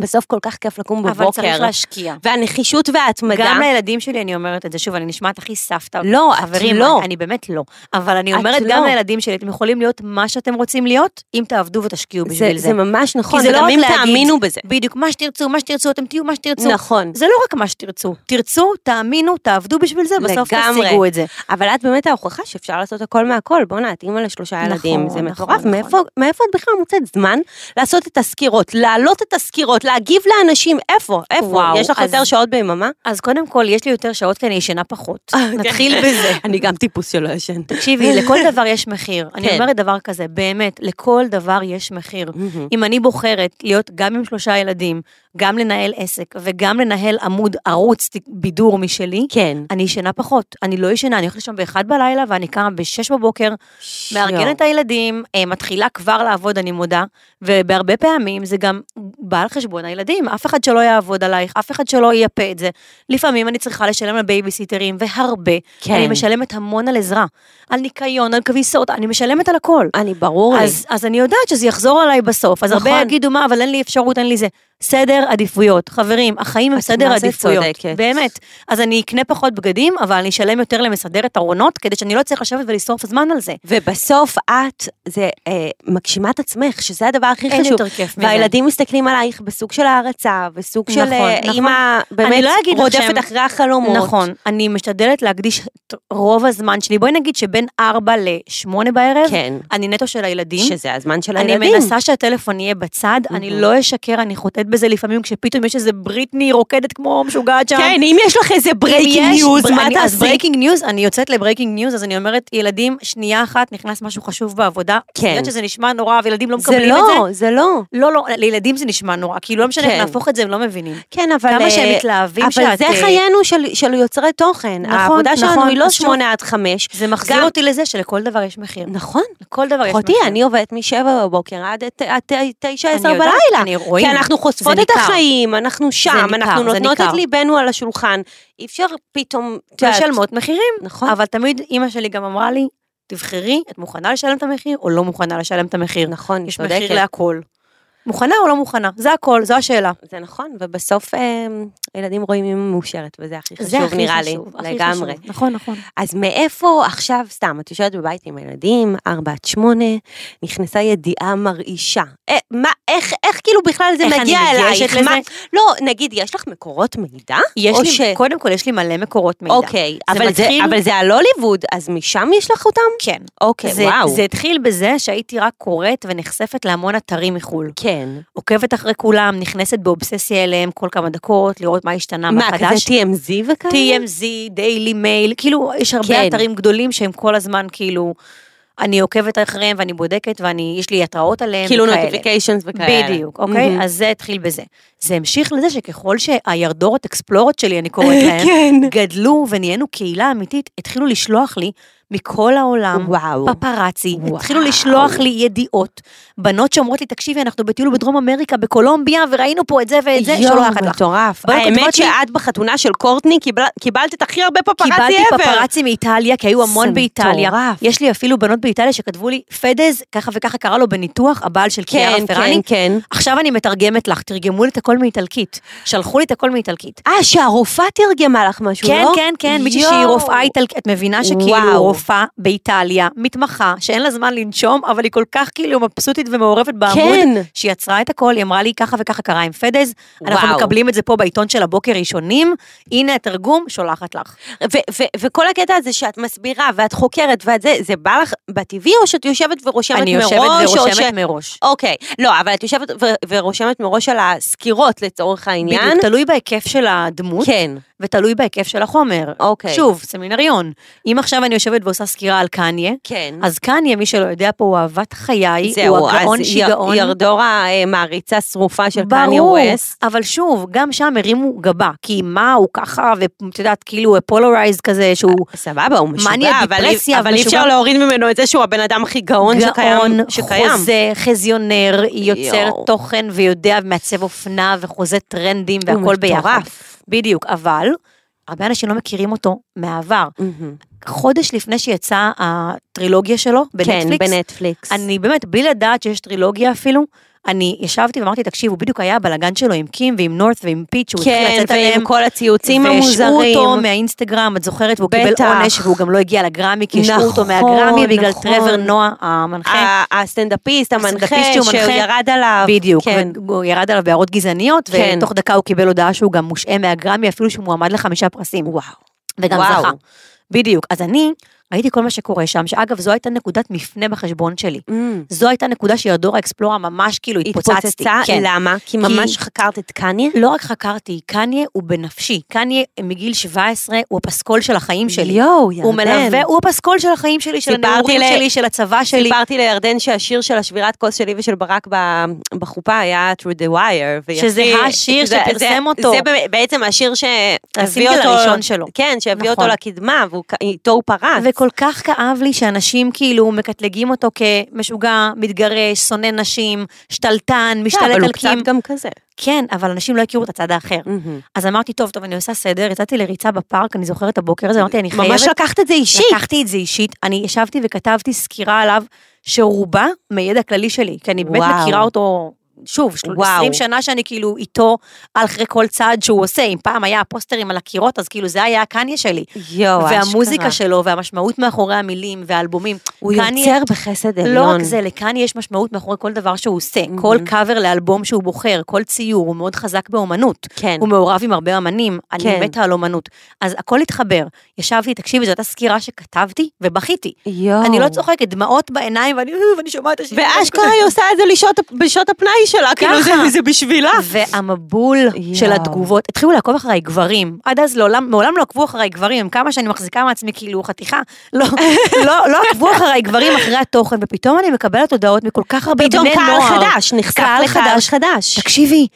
Speaker 2: בסוף כל כך כיף לקום
Speaker 3: אבל צריך
Speaker 2: בבוקר,
Speaker 3: להשקיע.
Speaker 2: והנחישות וההתמדה.
Speaker 3: גם אה, לילדים שלי אני אומרת את זה, שוב, אני נשמעת הכי סבתא.
Speaker 2: לא, את
Speaker 3: חברים,
Speaker 2: לא.
Speaker 3: אני, אני באמת לא. אבל אני
Speaker 2: את
Speaker 3: אומרת גם
Speaker 2: לא.
Speaker 3: לילדים שלי, אתם יכולים להיות מה שאתם רוצים להיות, אם תעבדו ותשקיעו
Speaker 2: זה,
Speaker 3: בשביל זה.
Speaker 2: זה ממש נכון,
Speaker 3: זה לא
Speaker 2: וגם
Speaker 3: רק
Speaker 2: אם
Speaker 3: להגיד-
Speaker 2: תאמינו בזה.
Speaker 3: בדיוק, מה שתרצו, מה שתרצו, אתם תהיו מה שתרצו.
Speaker 2: נכון.
Speaker 3: זה לא רק מה שתרצו. תרצו, תאמינו, תעבדו בשביל זה, בסוף
Speaker 2: לגמרי.
Speaker 3: תשיגו את זה.
Speaker 2: אבל את באמת ההוכחה שאפשר לעשות הכל מהכל. בואנה, את אימא לשלושה
Speaker 3: נכון,
Speaker 2: ילדים, זה
Speaker 3: נכון,
Speaker 2: מטורף.
Speaker 3: נכון.
Speaker 2: מאיפה- מאיפה את בכלל מוצאת זמן לעשות את הסקירות, להעלות את הסקירות, להגיב לאנשים? איפה? איפה?
Speaker 3: וואו,
Speaker 2: יש לך
Speaker 3: אז-
Speaker 2: יותר שעות ביממה?
Speaker 3: אז קודם כל, יש לי יותר שעות כי אני ישנה פחות.
Speaker 2: אה, כן.
Speaker 3: נתחיל בזה.
Speaker 2: אני גם טיפוס שלא ישן.
Speaker 3: תקשיבי, לכל דבר יש מחיר. אני
Speaker 2: כן.
Speaker 3: אומרת דבר כזה, באמת, לכל דבר יש מחיר. אם אני בוחרת להיות גם עם שלושה ילדים, גם לנהל עסק וגם לנהל עמוד ערוץ ת- בידור משלי,
Speaker 2: כן.
Speaker 3: אני ישנה פחות. אני לא ישנה, אני הולכת לשם באחד בלילה ואני קמה בשש בבוקר,
Speaker 2: לא.
Speaker 3: מארגנת את הילדים, אה, מתחילה כבר לעבוד, אני מודה, ובהרבה פעמים זה גם בא על חשבון הילדים, אף אחד שלא יעבוד עלייך, אף אחד שלא ייפה את זה. לפעמים אני צריכה לשלם על בייביסיטרים, והרבה.
Speaker 2: כן.
Speaker 3: אני משלמת המון על עזרה, על ניקיון, על כביסות, אני משלמת על הכל.
Speaker 2: אני ברור לי.
Speaker 3: אז, אז אני יודעת שזה יחזור עליי בסוף, אז
Speaker 2: נכון.
Speaker 3: הרבה יגידו מה, אבל אין לי אפשרות, אין לי זה. סדר עדיפויות, חברים, החיים הם
Speaker 2: את
Speaker 3: סדר
Speaker 2: מה זה
Speaker 3: עדיפויות,
Speaker 2: צודקת.
Speaker 3: באמת. אז אני אקנה פחות בגדים, אבל אני אשלם יותר למסדרת ארונות, כדי שאני לא אצטרך לשבת ולשרוף זמן על זה.
Speaker 2: ובסוף את, זה אה, מגשימה את עצמך, שזה הדבר הכי
Speaker 3: אין
Speaker 2: חשוב.
Speaker 3: יותר כיף מזה.
Speaker 2: והילדים מסתכלים עלייך בסוג של הערצה, וסוג של
Speaker 3: נכון,
Speaker 2: אה,
Speaker 3: נכון.
Speaker 2: אימא באמת
Speaker 3: אני לא אגיד לך
Speaker 2: רודפת
Speaker 3: שהם-
Speaker 2: אחרי החלומות.
Speaker 3: נכון, אני משתדלת להקדיש את רוב הזמן שלי, בואי נגיד שבין 4 ל-8 בערב,
Speaker 2: כן.
Speaker 3: אני נטו של הילדים.
Speaker 2: שזה הזמן של
Speaker 3: אני
Speaker 2: הילדים.
Speaker 3: מנסה שהטלפון יהיה בצד, אני לא אשקר, אני חוטאת בזה לפעמים כשפתאום יש איזה בריטני רוקדת כמו משוגעת שם.
Speaker 2: כן, אם יש לך איזה
Speaker 3: אם
Speaker 2: ברייקינג
Speaker 3: יש-
Speaker 2: ניוז,
Speaker 3: בר-
Speaker 2: מה
Speaker 3: אני- אז
Speaker 2: תעשי?
Speaker 3: ברייקינג ניוז, אני יוצאת לברייקינג ניוז, אז אני אומרת, ילדים, שנייה אחת נכנס משהו חשוב בעבודה.
Speaker 2: כן.
Speaker 3: אני יודעת שזה נשמע נורא, וילדים לא
Speaker 2: זה
Speaker 3: מקבלים את
Speaker 2: לא,
Speaker 3: זה.
Speaker 2: זה לא.
Speaker 3: לא, לא, לילדים זה נשמע נורא, כאילו לא משנה
Speaker 2: כן.
Speaker 3: איך נהפוך את זה, הם לא מבינים.
Speaker 2: כן, אבל...
Speaker 3: כמה
Speaker 2: אה,
Speaker 3: שהם מתלהבים
Speaker 2: אבל
Speaker 3: שאת,
Speaker 2: זה
Speaker 3: אה,
Speaker 2: חיינו של- של יוצרי תוכן.
Speaker 3: נכון,
Speaker 2: העבודה שלנו
Speaker 3: נכון,
Speaker 2: היא לא
Speaker 3: אז שוב,
Speaker 2: שמונה עד חמש.
Speaker 3: זה מחזיר
Speaker 2: גם-
Speaker 3: אותי לזה שלכל דבר יש מחיר.
Speaker 2: נכון.
Speaker 3: לכל דבר יש מחיר.
Speaker 2: אחותי, אני עובדת משבע בבוקר עד ת- עד ת- תשע
Speaker 3: אני
Speaker 2: עשר
Speaker 3: יודעת,
Speaker 2: בלילה.
Speaker 3: אני- רואים.
Speaker 2: כי אנחנו חושפות
Speaker 3: זה
Speaker 2: את
Speaker 3: ניכר.
Speaker 2: החיים, אנחנו שם,
Speaker 3: ניכר,
Speaker 2: אנחנו
Speaker 3: זה
Speaker 2: נותנות את
Speaker 3: ניכר.
Speaker 2: ליבנו על השולחן. אי אפשר פתאום... את יודעת,
Speaker 3: משלמות מחירים.
Speaker 2: נכון.
Speaker 3: אבל תמיד אימא שלי גם אמרה לי, תבחרי, את מוכנה לשלם את המחיר או לא מוכנה לשלם את המחיר.
Speaker 2: נכון, היא
Speaker 3: יש מחיר
Speaker 2: צודקת.
Speaker 3: להכל. מוכנה או לא מוכנה? זה הכל, זו השאלה.
Speaker 2: זה נכון, ובסוף אה, הילדים רואים אימא מאושרת, וזה הכי
Speaker 3: זה
Speaker 2: חשוב
Speaker 3: הכי
Speaker 2: נראה לי,
Speaker 3: חשוב, הכי
Speaker 2: לגמרי.
Speaker 3: חשוב. נכון, נכון.
Speaker 2: אז מאיפה עכשיו, סתם, את יושבת בבית עם הילדים, ארבע עד שמונה, נכנסה ידיעה מרעישה. אה, מה, איך, איך כאילו בכלל זה
Speaker 3: איך אני
Speaker 2: מגיע
Speaker 3: ניגשת
Speaker 2: אלייך?
Speaker 3: לזה?
Speaker 2: מה- לא, נגיד, יש לך מקורות מידע?
Speaker 3: יש
Speaker 2: או
Speaker 3: לי,
Speaker 2: ש-
Speaker 3: קודם כל, יש לי מלא מקורות מידע.
Speaker 2: אוקיי,
Speaker 3: זה
Speaker 2: אבל, זה,
Speaker 3: מתחיל-
Speaker 2: אבל זה הלא ליווד, אז משם יש לך אותם?
Speaker 3: כן.
Speaker 2: אוקיי,
Speaker 3: זה,
Speaker 2: וואו.
Speaker 3: זה התחיל בזה שהייתי רק קוראת ונחשפת להמון אתרים מחו"ל.
Speaker 2: כן.
Speaker 3: עוקבת אחרי כולם, נכנסת באובססיה אליהם כל כמה דקות, לראות מה השתנה, מה,
Speaker 2: מה,
Speaker 3: חדש.
Speaker 2: כזה TMZ וכאלה?
Speaker 3: TMZ, דיילי מייל, כאילו, יש הרבה
Speaker 2: כן.
Speaker 3: כן. אתרים גדולים שהם כל הזמן, כאילו, אני עוקבת אחריהם ואני בודקת ואני, יש לי התראות עליהם.
Speaker 2: כאילו
Speaker 3: וכאלה.
Speaker 2: נוטיפיקיישנס וכאלה.
Speaker 3: בדיוק, אוקיי?
Speaker 2: מהמם.
Speaker 3: אז זה התחיל בזה. זה המשיך לזה שככל שהירדורות אקספלורות שלי, אני קוראת להן,
Speaker 2: כן.
Speaker 3: גדלו ונהיינו קהילה אמיתית, התחילו לשלוח לי מכל העולם.
Speaker 2: וואו.
Speaker 3: פפרצי,
Speaker 2: וואו.
Speaker 3: התחילו לשלוח לי ידיעות. בנות שאומרות לי, תקשיבי, אנחנו בטיול בדרום אמריקה, בקולומביה, וראינו פה את זה ואת זה, שולחת לך.
Speaker 2: מטורף.
Speaker 3: בואי,
Speaker 2: האמת
Speaker 3: כותבות לי-
Speaker 2: שאת בחתונה של קורטני קיבל- קיבלת את הכי הרבה פפרצי ever.
Speaker 3: קיבלתי פפרצי מאיטליה, כי היו
Speaker 2: זה
Speaker 3: המון באיטליה.
Speaker 2: מטורף.
Speaker 3: יש לי אפילו בנות באיטליה שכתבו לי, פדז, ככה וככה קרא לו בניתוח, הבעל של
Speaker 2: כן,
Speaker 3: קיארה
Speaker 2: כן,
Speaker 3: פרני.
Speaker 2: כן.
Speaker 3: עכשיו אני מתרגמת לך, תרגמו לי את הכל מאיטלקית. שלחו לי את הכל מאיטלקית.
Speaker 2: אה, שהרופאה תרגמה לך משהו,
Speaker 3: כן,
Speaker 2: לא?
Speaker 3: כן, כן, מישהי
Speaker 2: יואו.
Speaker 3: שהיא רופאה איטלקית, את מבינה
Speaker 2: וואו.
Speaker 3: שכאילו רופאה באיטליה, מתמחה, שאין לה זמן לנשום, אבל היא כל כך כאילו מבסוטית ומעורבת בעמוד,
Speaker 2: כן.
Speaker 3: שהיא עצרה את הכל, היא אמרה לי ככה וככה קרה עם פדז, אנחנו
Speaker 2: וואו.
Speaker 3: מקבלים את זה פה בעיתון של הבוקר ראשונים, הנה התרגום, שולחת לך.
Speaker 2: ו- ו- וכל הקטע הזה שאת מסבירה ואת חוקרת ואת זה, זה בא לך בטבעי או שאת יושבת ורושמת
Speaker 3: אני
Speaker 2: מראש?
Speaker 3: יושבת
Speaker 2: או
Speaker 3: ורושמת
Speaker 2: ש-
Speaker 3: מראש.
Speaker 2: אוקיי, לא, אבל את יושבת ו- ורושמת מראש על הסקירות לצורך העניין.
Speaker 3: בדיוק, תלוי בהיקף של הדמות,
Speaker 2: כן,
Speaker 3: ותלוי בהיקף של החומר.
Speaker 2: אוקיי.
Speaker 3: שוב, סמינריון. אם עכשיו אני יושבת ועושה סקירה על קניה,
Speaker 2: כן.
Speaker 3: אז קניה, מי שלא יודע פה, הוא אהבת חיי,
Speaker 2: זהו,
Speaker 3: הוא הגאון
Speaker 2: אז יר-
Speaker 3: שיגעון.
Speaker 2: ירדורה אה, מעריצה שרופה של קניה
Speaker 3: ברור,
Speaker 2: ווסט.
Speaker 3: אבל שוב, גם שם הרימו גבה, כי מה, הוא ככה, ואת יודעת, כאילו פולרייז כזה, שהוא
Speaker 2: סבבה, הוא משוגע,
Speaker 3: מניה,
Speaker 2: אבל,
Speaker 3: דיפרסיה,
Speaker 2: אבל אי
Speaker 3: משוגע.
Speaker 2: אפשר להוריד ממנו את זה שהוא הבן אדם הכי גאון, שקיים. שקיים.
Speaker 3: חוזה, חזיונר, יוצר
Speaker 2: יואו.
Speaker 3: תוכן ויודע, ומעצב אופנה, וחוזה טרנדים,
Speaker 2: הוא
Speaker 3: והכל ביחד.
Speaker 2: מטורף.
Speaker 3: בדיוק, אבל הרבה אנשים לא מכירים אותו מהעבר.
Speaker 2: מהמם.
Speaker 3: חודש לפני שיצאה הטרילוגיה שלו
Speaker 2: כן,
Speaker 3: בנטפליקס,
Speaker 2: בנטפליקס.
Speaker 3: אני באמת, בלי לדעת שיש טרילוגיה אפילו, אני ישבתי ואמרתי, תקשיבו, בדיוק היה הבלגן שלו עם קים ועם נורת' ועם פיץ', שהוא התחיל
Speaker 2: כן,
Speaker 3: לצאת עליהם.
Speaker 2: ועם כל הציוצים
Speaker 3: והשעו
Speaker 2: המוזרים.
Speaker 3: אותו מהאינסטגרם, את זוכרת, והוא קיבל
Speaker 2: בטח.
Speaker 3: עונש, והוא גם לא הגיע לגרמי, כי השעו אותו
Speaker 2: נכון,
Speaker 3: מהגרמי בגלל
Speaker 2: נכון.
Speaker 3: טרוור נועה המנחה.
Speaker 2: ה- הסטנדאפיסט, המנחה,
Speaker 3: הסטנדאפיסט שהוא
Speaker 2: שהוא
Speaker 3: מנחה.
Speaker 2: ירד עליו.
Speaker 3: בדיוק,
Speaker 2: כן.
Speaker 3: הוא ירד עליו בהערות גזעניות,
Speaker 2: כן.
Speaker 3: ותוך דקה הוא קיבל הודעה שהוא גם מושעה מהגרמי, אפילו שהוא מועמד לחמישה פרסים. וואו. וגם
Speaker 2: וואו.
Speaker 3: זכה. בדיוק, אז אני ראיתי כל מה שקורה שם, שאגב, זו הייתה נקודת מפנה בחשבון שלי.
Speaker 2: אמ,
Speaker 3: זו הייתה נקודה שיודורה אקספלורה ממש כאילו התפוצצתי.
Speaker 2: התפוצצה,
Speaker 3: כן.
Speaker 2: למה? כי ממש חקרת את קניה?
Speaker 3: לא רק חקרתי, קניה הוא בנפשי. קניה מגיל 17 הוא הפסקול של החיים שלי.
Speaker 2: יואו, ירדן.
Speaker 3: הוא מלווה, הוא הפסקול של החיים שלי, של
Speaker 2: סיפרתי
Speaker 3: הנעורים
Speaker 2: ל-
Speaker 3: שלי, של הצבא שלי.
Speaker 2: סיפרתי לירדן שהשיר של השבירת כוס שלי ושל ברק ב- בחופה היה through the wire. והיא
Speaker 3: שזה
Speaker 2: הכי-
Speaker 3: השיר
Speaker 2: זה-
Speaker 3: שפרסם
Speaker 2: זה-
Speaker 3: אותו.
Speaker 2: זה ב- בעצם השיר שהביא אותו...
Speaker 3: הסינגל הראשון שלו.
Speaker 2: כן, שהביא
Speaker 3: נכון.
Speaker 2: אותו לקדמה, ואיתו הוא פרץ. כן,
Speaker 3: וכל כך כאב לי שאנשים כאילו מקטלגים אותו כמשוגע, מתגרש, שונא נשים, שתלטן,
Speaker 2: כן, אבל
Speaker 3: משתלט
Speaker 2: הוא
Speaker 3: על
Speaker 2: קצת
Speaker 3: קים.
Speaker 2: גם כזה.
Speaker 3: כן, אבל אנשים לא הכירו את הצד האחר. אז אמרתי, טוב, טוב, אני עושה סדר, יצאתי לריצה בפארק, אני זוכרת את הבוקר הזה, אמרתי, אני חייבת...
Speaker 2: ממש לקחת את זה אישית.
Speaker 3: לקחתי את זה אישית, אני ישבתי וכתבתי סקירה עליו, שרובה מידע כללי שלי, כי אני באמת
Speaker 2: וואו.
Speaker 3: מכירה אותו, שוב, של-
Speaker 2: וואו.
Speaker 3: 20 שנה שאני כאילו איתו, על אחרי כל צעד שהוא עושה, אם פעם היה הפוסטרים על הקירות, אז כאילו זה היה הקניה שלי.
Speaker 2: יואו,
Speaker 3: והמוזיקה
Speaker 2: לא, אשכרה.
Speaker 3: שלו, והמשמעות מאחורי המילים, והאלבומים.
Speaker 2: הוא
Speaker 3: קניה-
Speaker 2: יוצר בחסד עליון. Mm-hmm.
Speaker 3: לא רק זה, לקניה יש משמעות מאחורי כל דבר שהוא עושה. כל קאבר לאלבום שהוא בוחר, כל ציור, הוא מאוד חזק באומנות.
Speaker 2: כן.
Speaker 3: הוא מעורב עם הרבה אמנים,
Speaker 2: כן.
Speaker 3: אני מתה על אומנות. אז הכל התחבר. ישבתי, תקשיבי, זו הייתה סקירה שכתבתי ובכיתי.
Speaker 2: יואו.
Speaker 3: אני לא צוחקת, דמעות בעיניים, ואני "אה, ואני שומעת את השיר.
Speaker 2: ואשכרה היא עושה את זה לשעות- בשעות הפנאי שלה, כאילו זה- זה בשבילה.
Speaker 3: והמבול של
Speaker 2: יואו.
Speaker 3: התגובות, התחילו לעקוב אחריי גברים, עד אז לעולם, מעולם לא עקבו אחריי גברים, עם כמה שאני מחזיקה מעצמי כאילו חתיכה, לא, לא, לא עקבו אחריי גברים אחרי התוכן, ופתאום אני מקבלת הודעות מכל כך הרבה בני
Speaker 2: פתאום
Speaker 3: נוער.
Speaker 2: קהל חדש, נחשף
Speaker 3: קהל
Speaker 2: לקהל חדש.
Speaker 3: תקשיבי,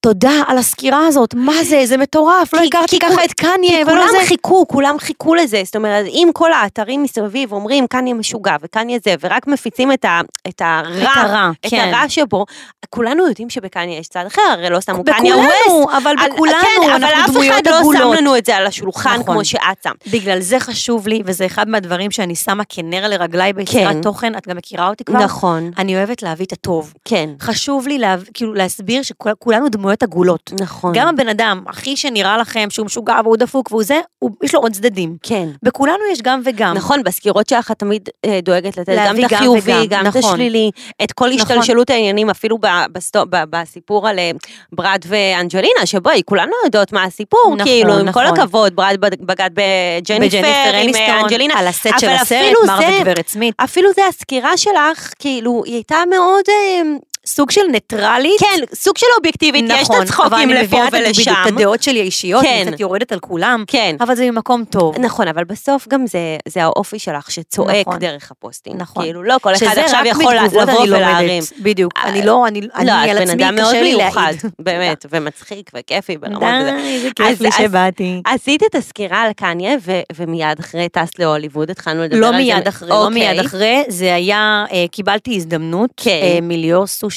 Speaker 3: תודה על הסקירה הזאת, מה זה, זה מטורף, לא
Speaker 2: כי-
Speaker 3: הכרתי
Speaker 2: כי
Speaker 3: ככה
Speaker 2: כול-
Speaker 3: את קניה, ולא
Speaker 2: כולם
Speaker 3: זה.
Speaker 2: חיכו, כולם חיכו לזה, זאת אומרת, אם כל האתרים מסביב אומרים, כאן יהיה משוגע וכאן יהיה זה, ורק מפיצים את, ה, את הרע,
Speaker 3: את הרע,
Speaker 2: את
Speaker 3: כן.
Speaker 2: הרע שבו, כולנו יודעים שבקניה יש צד אחר, הרי לא שמו קניה ווסט.
Speaker 3: בכולנו, אבל
Speaker 2: על-
Speaker 3: בכולנו,
Speaker 2: כן, אבל
Speaker 3: אנחנו
Speaker 2: אף אחד
Speaker 3: דמויות
Speaker 2: לא שם
Speaker 3: עגולות.
Speaker 2: לנו את זה על השולחן
Speaker 3: נכון.
Speaker 2: כמו שאת שם.
Speaker 3: בגלל זה חשוב לי, וזה אחד מהדברים שאני שמה כנר לרגליי ביצירת
Speaker 2: כן.
Speaker 3: תוכן, את גם מכירה אותי כבר?
Speaker 2: נכון,
Speaker 3: אני אוהבת להביא את הטוב.
Speaker 2: כן,
Speaker 3: חשוב לי להב... כאילו להסביר שכולנו דמויות עגולות.
Speaker 2: נכון,
Speaker 3: גם הבן אדם, הכי שנראה לכם שהוא משוגע והוא דפוק והוא זה, הוא... יש לו עוד צדדים.
Speaker 2: כן.
Speaker 3: בכולנו יש גם וגם.
Speaker 2: נכון, בסקירות שלך את תמיד אה, דואגת לתת גם
Speaker 3: להביא
Speaker 2: את
Speaker 3: גם
Speaker 2: החיובי,
Speaker 3: וגם,
Speaker 2: גם את
Speaker 3: נכון.
Speaker 2: השלילי, את כל
Speaker 3: נכון.
Speaker 2: השתלשלות העניינים, אפילו ב- בסטו- ב- בסיפור על אה, ברד ואנג'לינה, שבואי, כולנו יודעות מה הסיפור,
Speaker 3: נכון,
Speaker 2: כאילו, עם כל
Speaker 3: נכון.
Speaker 2: הכבוד, ברד בג- בגד בג'ניפר, עם אה, אנג'לינה,
Speaker 3: על הסט של
Speaker 2: אבל
Speaker 3: הסרט,
Speaker 2: אפילו
Speaker 3: מר
Speaker 2: זה-
Speaker 3: וגברת סמית.
Speaker 2: אפילו זה הסקירה שלך, כאילו, היא הייתה מאוד, אה,
Speaker 3: סוג של ניטרלית.
Speaker 2: כן, סוג של אובייקטיבית, יש
Speaker 3: נכון,
Speaker 2: את הצחוקים
Speaker 3: אבל אני
Speaker 2: לפה
Speaker 3: מביאה את
Speaker 2: ולשם.
Speaker 3: בדיוק את הדעות שלי האישיות,
Speaker 2: כן.
Speaker 3: אני קצת יורדת על כולם,
Speaker 2: כן.
Speaker 3: אבל זה ממקום טוב.
Speaker 2: נכון, אבל בסוף גם זה, זה האופי שלך שצועק
Speaker 3: נכון.
Speaker 2: דרך הפוסטים.
Speaker 3: נכון.
Speaker 2: כאילו, לא כל אחד
Speaker 3: שזה
Speaker 2: עכשיו
Speaker 3: רק
Speaker 2: יכול
Speaker 3: מתגובות
Speaker 2: לבוא
Speaker 3: אני לומדת.
Speaker 2: ולהרים.
Speaker 3: בדיוק,
Speaker 2: אה,
Speaker 3: אני לא, אני אני
Speaker 2: לא,
Speaker 3: על
Speaker 2: את בן
Speaker 3: עצמי,
Speaker 2: אדם מאוד
Speaker 3: קשה לי
Speaker 2: מיוחד,
Speaker 3: להעיד.
Speaker 2: באמת, ומצחיק וכיפי ברמות וזה.
Speaker 3: די, איזה
Speaker 2: אז-
Speaker 3: כיף לי
Speaker 2: אז-
Speaker 3: שבאתי.
Speaker 2: עשית את הסקירה על קניה, ו- ומיד אחרי טסת להוליווד, התחלנו לדבר
Speaker 3: לא
Speaker 2: על זה.
Speaker 3: מיד אחרי, לא
Speaker 2: אוקיי.
Speaker 3: מיד אחרי, זה היה, אה, קיבלתי הזדמנות
Speaker 2: כן.
Speaker 3: אה, מליאור סושארד,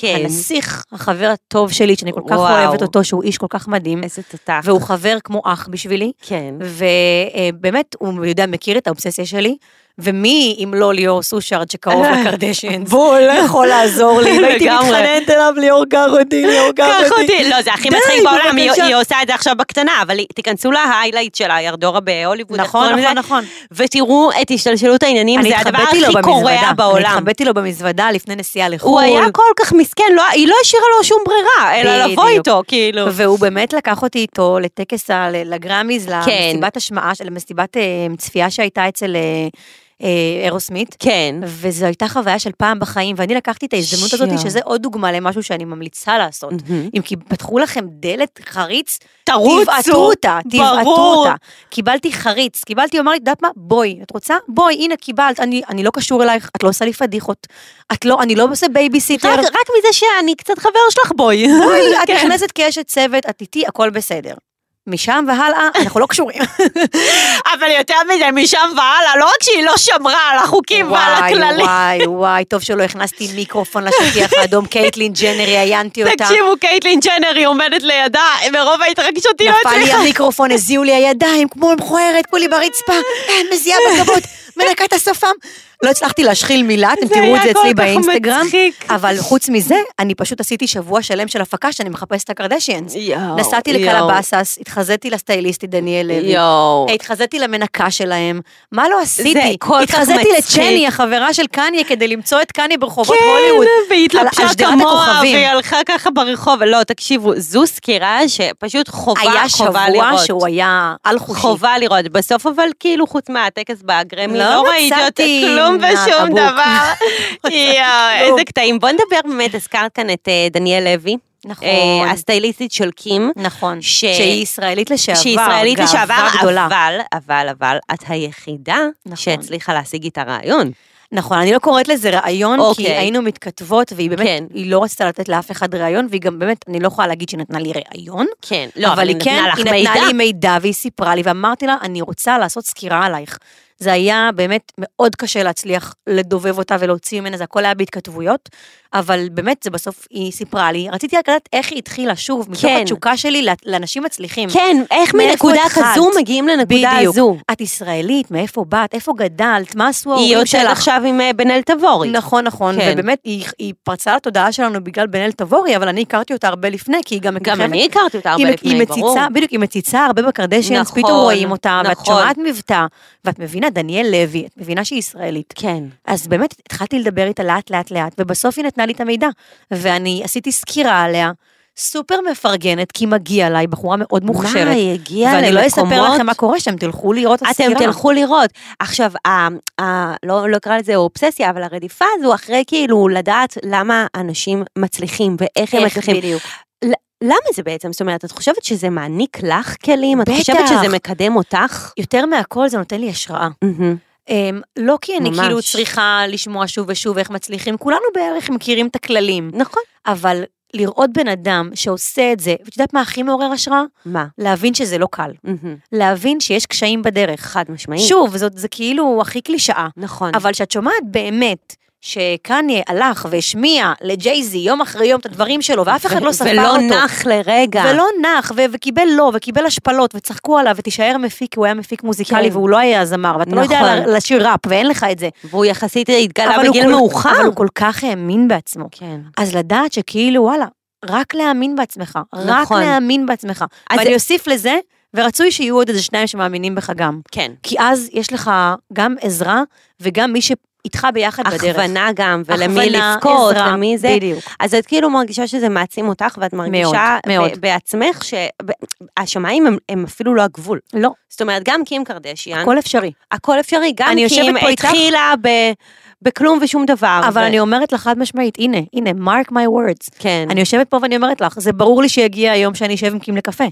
Speaker 2: כן.
Speaker 3: הנסיך, החבר הטוב שלי, שאני כל כך
Speaker 2: וואו.
Speaker 3: אוהבת אותו, שהוא איש כל כך מדהים,
Speaker 2: איזה תותח.
Speaker 3: והוא חבר כמו אח בשבילי,
Speaker 2: כן.
Speaker 3: ובאמת, הוא יודע, מכיר את האובססיה שלי, ומי אם לא ליאור סושארד שקרוב לקרדשנס,
Speaker 2: אה, בול.
Speaker 3: יכול לעזור לי, והייתי
Speaker 2: לגמרי.
Speaker 3: מתחננת אליו, ליאור קח אותי, ליאור קח
Speaker 2: קח
Speaker 3: אותי.
Speaker 2: אותי, לא, זה הכי
Speaker 3: די,
Speaker 2: מצחיק בעולם, היא-
Speaker 3: בבקשה.
Speaker 2: היא עושה את זה עכשיו בקטנה, אבל היא- תיכנסו להיילייט שלה, ירדורה בהוליווד, איך
Speaker 3: נכון,
Speaker 2: קוראים
Speaker 3: נכון,
Speaker 2: לזה?
Speaker 3: נכון.
Speaker 2: ותראו את השתלשלות העניינים,
Speaker 3: אני
Speaker 2: זה הדבר
Speaker 3: התחבאתי לו
Speaker 2: הכי
Speaker 3: במזוודה,
Speaker 2: קורע
Speaker 3: אני
Speaker 2: בעולם.
Speaker 3: התחבאתי לו במזוודה לפני נסיעה לחו"ל.
Speaker 2: הוא היה כל כך מסכן, לא- היא לא השאירה לו שום ברירה, אלא לבוא
Speaker 3: בדיוק.
Speaker 2: איתו, כאילו.
Speaker 3: והוא באמת לקח אותי איתו לטקס, ה- לגראמיז,
Speaker 2: כן.
Speaker 3: למסיבת השמעה, של- למסיבת אה, צפייה שהייתה אצל אה, אה, אירוסמית.
Speaker 2: כן.
Speaker 3: וזו הייתה חוויה של פעם בחיים, ואני לקחתי את ההזדמנות הזאת,
Speaker 2: שיו.
Speaker 3: שזה עוד דוגמה למשהו שאני ממליצה לעשות. אם כי פתחו לכם דלת חריץ,
Speaker 2: תרוצו,
Speaker 3: תבעטו אותה, תבעטו
Speaker 2: ברור.
Speaker 3: אותה. קיבלתי חריץ, קיבלתי, הוא אמר לי, את יודעת מה, בואי, את רוצה? בואי, הנה, קיבלת, אני, אני לא קשור אלייך, את לא עושה לי פדיחות, את לא, אני לא עושה בייביסיטר.
Speaker 2: רק, רק מזה שאני קצת חבר שלך בואי.
Speaker 3: בואי, את
Speaker 2: כן.
Speaker 3: נכנסת כאשת צוות, את איתי, הכל בסדר. משם והלאה, אנחנו לא קשורים.
Speaker 2: אבל יותר מזה, משם והלאה, לא רק שהיא לא שמרה על החוקים ועל הכללים.
Speaker 3: וואי, וואי, טוב שלא הכנסתי מיקרופון לשטיח האדום, קייטלין ג'נר, ראיינתי אותה.
Speaker 2: תקשיבו, קייטלין ג'נר, היא עומדת לידה, מרוב לא ההתרגשותיות
Speaker 3: נפל לי
Speaker 2: שלך.
Speaker 3: המיקרופון, הזיעו לי הידיים, כמו מכוערת, כולי ברצפה, מזיעה בגבות, אה, מנקה את השפם. לא הצלחתי להשחיל מילה, אתם
Speaker 2: זה
Speaker 3: תראו את
Speaker 2: היה
Speaker 3: זה
Speaker 2: כל
Speaker 3: אצלי
Speaker 2: כך
Speaker 3: באינסטגרם.
Speaker 2: מצחיק.
Speaker 3: אבל חוץ מזה, אני פשוט עשיתי שבוע שלם של הפקה שאני מחפשת את הקרדשיאנס.
Speaker 2: יואו,
Speaker 3: נסעתי
Speaker 2: יואו.
Speaker 3: לקלבאסס, התחזיתי לסטייליסטית דניאל לוי.
Speaker 2: יואו.
Speaker 3: התחזיתי למנקה שלהם, מה לא עשיתי?
Speaker 2: כל כך
Speaker 3: התחזיתי
Speaker 2: מצחיק.
Speaker 3: לצ'ני, החברה של קניה, כדי למצוא את קניה ברחובות הוליווד.
Speaker 2: כן, והיא
Speaker 3: על
Speaker 2: התלבשה
Speaker 3: השדרת
Speaker 2: כמוה,
Speaker 3: הכוכבים.
Speaker 2: והיא הלכה ככה ברחוב. לא, תקשיבו, זו סקירה שפשוט חובה,
Speaker 3: היה
Speaker 2: חובה
Speaker 3: שבוע
Speaker 2: לראות.
Speaker 3: שהוא היה על חושי.
Speaker 2: חובה לראות. בסוף אבל כאילו חוץ מהטקס באגרמי,
Speaker 3: לא
Speaker 2: לא, ראיתי אותי
Speaker 3: מצאתי לא.
Speaker 2: כלום
Speaker 3: נעת
Speaker 2: ושום
Speaker 3: אבוק.
Speaker 2: דבר. יואו,
Speaker 3: כלום.
Speaker 2: איזה קטעים. בוא נדבר באמת, הזכרת כאן את אה, דניאל לוי.
Speaker 3: נכון.
Speaker 2: אה, הסטייליסטית של קים.
Speaker 3: נכון,
Speaker 2: ש-
Speaker 3: שהיא ישראלית לשעבר,
Speaker 2: שהיא ישראלית
Speaker 3: גאווה
Speaker 2: לשעבר,
Speaker 3: גדולה.
Speaker 2: אבל, אבל, אבל, את היחידה
Speaker 3: נכון.
Speaker 2: שהצליחה להשיג איתה רעיון.
Speaker 3: נכון, אני לא קוראת לזה ראיון,
Speaker 2: אוקיי.
Speaker 3: כי היינו מתכתבות, והיא באמת,
Speaker 2: כן.
Speaker 3: היא לא רצתה לתת לאף אחד ראיון, והיא גם באמת, אני לא יכולה להגיד שנתנה לי ראיון,
Speaker 2: כן, לא, אבל היא
Speaker 3: כן,
Speaker 2: נתנה לך
Speaker 3: היא
Speaker 2: מידע.
Speaker 3: נתנה לי מידע, והיא סיפרה לי, ואמרתי לה, אני רוצה לעשות סקירה עלייך. זה היה באמת מאוד קשה להצליח לדובב אותה ולהוציא ממנה, זה הכל היה בהתכתבויות, אבל באמת, זה בסוף, היא סיפרה לי. רציתי רק לדעת איך היא התחילה שוב, מתוך
Speaker 2: כן.
Speaker 3: התשוקה שלי ל- לאנשים מצליחים.
Speaker 2: כן, איך
Speaker 3: מאיפה
Speaker 2: מנקודה
Speaker 3: התחלת?
Speaker 2: כזו מגיעים לנקודה
Speaker 3: בדיוק.
Speaker 2: הזו.
Speaker 3: את ישראלית, מאיפה באת, איפה גדלת, מה עשו
Speaker 2: היא
Speaker 3: ההורים
Speaker 2: יוצאת
Speaker 3: שלך?
Speaker 2: עכשיו עם אה, בן אל תבורי.
Speaker 3: נכון, נכון,
Speaker 2: כן.
Speaker 3: ובאמת, היא, היא פרצה לתודעה שלנו בגלל בן אל תבורי, אבל אני הכרתי אותה הרבה לפני, כי היא גם
Speaker 2: גם
Speaker 3: מככבת-
Speaker 2: אני הכרתי אותה הרבה
Speaker 3: היא,
Speaker 2: לפני,
Speaker 3: היא
Speaker 2: ברור.
Speaker 3: מציצה, בדיוק, היא מציצה הרבה בקרדשיאנס,
Speaker 2: נכון,
Speaker 3: נכון, פתאום רואים אותה, נכון. ואת
Speaker 2: נכון.
Speaker 3: שומעת מבטא, ואת מבינה, דניאל לוי, את מבינה שהיא ישראלית.
Speaker 2: כן.
Speaker 3: אז באמת התחלתי לדבר איתה לאט לאט לאט, ובסוף היא נתנה לי את המידע. ואני עשיתי סקירה עליה, סופר מפרגנת, כי מגיע לה, היא בחורה מאוד מוכשרת.
Speaker 2: מה, היא הגיעה
Speaker 3: ואני לא אספר
Speaker 2: למקומות-
Speaker 3: לכם מה קורה שם, תלכו לראות את הסקירה.
Speaker 2: אתם תלכו לראות. עכשיו, ה- ה- לא לא אקרא לזה אובססיה, אבל הרדיפה הזו אחרי כאילו לדעת למה אנשים מצליחים ואיך הם
Speaker 3: איך
Speaker 2: מצליחים.
Speaker 3: בדיוק.
Speaker 2: למה זה בעצם? זאת אומרת, את חושבת שזה מעניק לך כלים? את
Speaker 3: בטח.
Speaker 2: חושבת שזה מקדם אותך?
Speaker 3: יותר מהכל זה נותן לי השראה.
Speaker 2: מהמם.
Speaker 3: אמ, לא כי אני
Speaker 2: ממש.
Speaker 3: כאילו צריכה לשמוע שוב ושוב איך מצליחים, כולנו בערך מכירים את הכללים.
Speaker 2: נכון.
Speaker 3: אבל לראות בן אדם שעושה את זה, ואת יודעת מה הכי מעורר השראה?
Speaker 2: מה?
Speaker 3: להבין שזה לא קל.
Speaker 2: מהמם.
Speaker 3: להבין שיש קשיים בדרך.
Speaker 2: חד משמעית.
Speaker 3: שוב, זאת, זה כאילו הכי קלישאה,
Speaker 2: נכון.
Speaker 3: אבל כשאת שומעת באמת שקניה הלך והשמיע לג'ייזי יום אחרי יום את הדברים שלו, ואף אחד
Speaker 2: ו-
Speaker 3: לא ספר
Speaker 2: ולא
Speaker 3: אותו.
Speaker 2: נח לרגע.
Speaker 3: ולא נח, ו- וקיבל לא, וקיבל השפלות, וצחקו עליו, ותישאר מפיק, כי הוא היה מפיק מוזיקלי,
Speaker 2: כן.
Speaker 3: והוא לא היה זמר, ואתה לא יודע
Speaker 2: נכון.
Speaker 3: ל- לשיר ראפ, ואין לך את זה.
Speaker 2: והוא יחסית התגלה
Speaker 3: אבל הוא
Speaker 2: בגיל
Speaker 3: כל-
Speaker 2: מאוחר.
Speaker 3: אבל הוא כל כך האמין בעצמו.
Speaker 2: כן.
Speaker 3: אז לדעת שכאילו, וואלה, רק להאמין בעצמך, רק
Speaker 2: נכון.
Speaker 3: להאמין בעצמך.
Speaker 2: אז-
Speaker 3: ואני אוסיף לזה, ורצוי שיהיו עוד איזה שניים שמאמינים בך גם.
Speaker 2: כן.
Speaker 3: כי אז יש לך גם עזרה, וגם מי שאיתך ביחד בדרך.
Speaker 2: הכוונה גם, ולמי
Speaker 3: הכוונה,
Speaker 2: לבכות,
Speaker 3: עזרה,
Speaker 2: למי זה.
Speaker 3: בדיוק.
Speaker 2: אז את כאילו מרגישה שזה מעצים אותך, ואת מרגישה ב-
Speaker 3: מאוד.
Speaker 2: בעצמך שהשמיים הם, הם אפילו לא הגבול.
Speaker 3: לא,
Speaker 2: זאת אומרת, גם קים קרדשיאן, הכל,
Speaker 3: הכל אפשרי.
Speaker 2: אפשרי, גם
Speaker 3: אני יושבת
Speaker 2: קים
Speaker 3: פה איתך-
Speaker 2: התחילה ב, בכלום ושום דבר.
Speaker 3: אבל
Speaker 2: ו-
Speaker 3: אני אומרת לך חד משמעית, הנה, הנה, mark my words.
Speaker 2: כן.
Speaker 3: אני יושבת פה ואני אומרת לך, זה ברור לי שיגיע היום שאני אשב עם קים לקפה.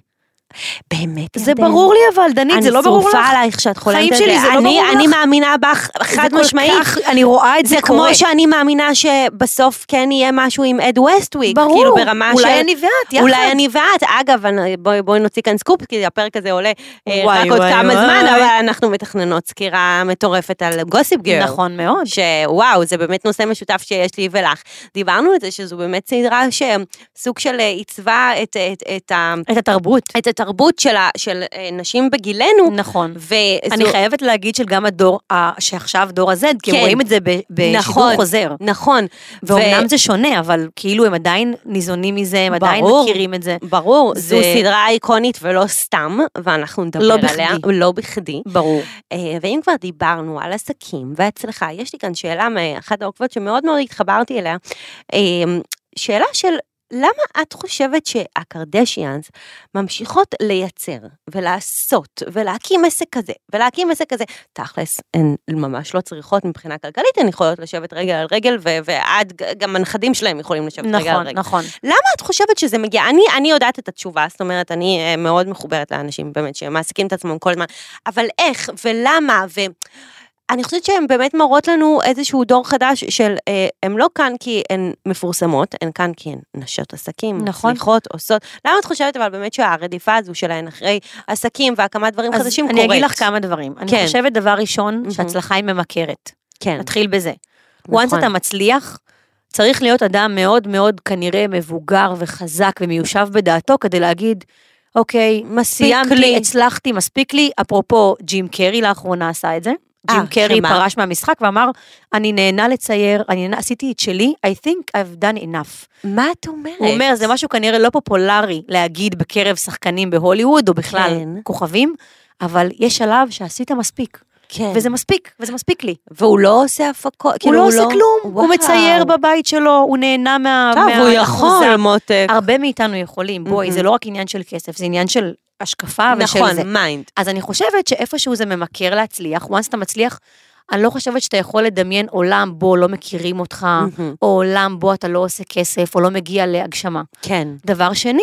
Speaker 2: באמת,
Speaker 3: זה
Speaker 2: ירדן?
Speaker 3: ברור לי אבל, דנית, זה לא ברור לך.
Speaker 2: אני שרופה עלייך שאת חולמת
Speaker 3: חיים
Speaker 2: על זה.
Speaker 3: שלי, זה לא
Speaker 2: אני-
Speaker 3: ברור
Speaker 2: אני
Speaker 3: לך.
Speaker 2: מאמינה בך
Speaker 3: זה
Speaker 2: חד
Speaker 3: כל
Speaker 2: משמעית.
Speaker 3: כך- אני רואה את זה
Speaker 2: זה
Speaker 3: קורה.
Speaker 2: כמו שאני מאמינה שבסוף כן יהיה משהו עם אד ווסטוויק.
Speaker 3: ברור,
Speaker 2: כאילו ברמה של...
Speaker 3: אולי אני ואת, יחד.
Speaker 2: אולי אני ואת. אגב, אני- בואי בואי נוציא כאן סקופ, כי הפרק הזה עולה אה,
Speaker 3: וואי,
Speaker 2: רק עוד
Speaker 3: וואי,
Speaker 2: כמה
Speaker 3: וואי.
Speaker 2: זמן, אבל אנחנו מתכננות סקירה מטורפת על גוסיפ גרל.
Speaker 3: נכון מאוד.
Speaker 2: שוואו, זה באמת נושא משותף שיש לי ולך. דיברנו על זה שזו באמת סדרה שסוג של אה, עיצבה את, את, את, ה-
Speaker 3: את התרבות.
Speaker 2: את התרבות של, ה- של אה, נשים בגילנו.
Speaker 3: נכון.
Speaker 2: וזו-
Speaker 3: אני חייבת להגיד שגם הדור, ה- שעכשיו דור ה-Z, כי
Speaker 2: כן.
Speaker 3: הם רואים את זה ב- בשידור
Speaker 2: נכון,
Speaker 3: חוזר.
Speaker 2: נכון. ו-
Speaker 3: ואומנם זה שונה, אבל כאילו הם עדיין ניזונים מזה, הם עדיין
Speaker 2: ברור.
Speaker 3: מכירים את זה.
Speaker 2: ברור,
Speaker 3: זה-
Speaker 2: זו סדרה איקונית ולא סתם, ואנחנו נדבר
Speaker 3: לא
Speaker 2: עליה.
Speaker 3: בכדי.
Speaker 2: לא בכדי.
Speaker 3: ברור.
Speaker 2: אה, ואם כבר דיברנו על עסקים והצלחה, יש לי כאן שאלה מאחת העוקבות שמאוד מאוד התחברתי אליה. אה, שאלה של למה את חושבת שהקרדשיאנס ממשיכות לייצר ולעשות ולהקים עסק כזה ולהקים עסק כזה? תכלס, הן ממש לא צריכות מבחינה כלכלית, הן יכולות לשבת רגל על רגל, ו- ועד ג- גם הנכדים שלהם יכולים לשבת רגל על
Speaker 3: נכון,
Speaker 2: רגל.
Speaker 3: נכון.
Speaker 2: למה את חושבת שזה מגיע? אני, אני יודעת את התשובה, זאת אומרת, אני אה, מאוד מחוברת לאנשים באמת שמעסיקים את עצמם כל הזמן, אבל איך ולמה ו... אני חושבת שהן באמת מראות לנו איזשהו דור חדש של, אה, הן לא כאן כי הן מפורסמות, הן כאן כי הן נשות עסקים,
Speaker 3: נכון.
Speaker 2: מצליחות, עושות. למה את חושבת אבל באמת שהרדיפה הזו שלהן אחרי עסקים והקמת דברים
Speaker 3: אז
Speaker 2: חדשים
Speaker 3: אני
Speaker 2: קורית?
Speaker 3: אגיד לך כמה דברים.
Speaker 2: כן.
Speaker 3: אני חושבת, דבר ראשון,
Speaker 2: מהמם.
Speaker 3: שהצלחה היא ממכרת.
Speaker 2: כן,
Speaker 3: נתחיל בזה.
Speaker 2: נכון.
Speaker 3: once אתה מצליח, צריך להיות אדם מאוד מאוד כנראה מבוגר וחזק ומיושב בדעתו כדי להגיד, אוקיי,
Speaker 2: מספיק
Speaker 3: סיימתי,
Speaker 2: לי.
Speaker 3: הצלחתי, מספיק לי. אפרופו, ג'ים קרי לאחרונה עשה את זה. ג'ים
Speaker 2: אה,
Speaker 3: קרי
Speaker 2: שמה?
Speaker 3: פרש מהמשחק ואמר, אני נהנה לצייר, אני נהנה, עשיתי את שלי, I think I've done enough.
Speaker 2: מה את אומרת?
Speaker 3: הוא אומר, זה משהו כנראה לא פופולרי להגיד בקרב שחקנים בהוליווד, או בכלל
Speaker 2: כן.
Speaker 3: כוכבים, אבל יש שלב שעשית מספיק,
Speaker 2: כן.
Speaker 3: וזה מספיק, וזה מספיק לי.
Speaker 2: והוא לא עושה הפקות,
Speaker 3: הוא
Speaker 2: כאילו
Speaker 3: לא עושה כלום,
Speaker 2: וואו.
Speaker 3: הוא מצייר בבית שלו, הוא נהנה מה...
Speaker 2: טוב, הוא
Speaker 3: מהאחוזה.
Speaker 2: יכול, מותק.
Speaker 3: הרבה מאיתנו יכולים, בואי, זה לא רק עניין של כסף, זה עניין של השקפה ושל אה, זה.
Speaker 2: נכון, מיינד.
Speaker 3: אז אני חושבת שאיפשהו זה ממכר להצליח, once אתה מצליח, אני לא חושבת שאתה יכול לדמיין עולם בו לא מכירים אותך,
Speaker 2: מהמם.
Speaker 3: או עולם בו אתה לא עושה כסף, או לא מגיע להגשמה.
Speaker 2: כן,
Speaker 3: דבר שני,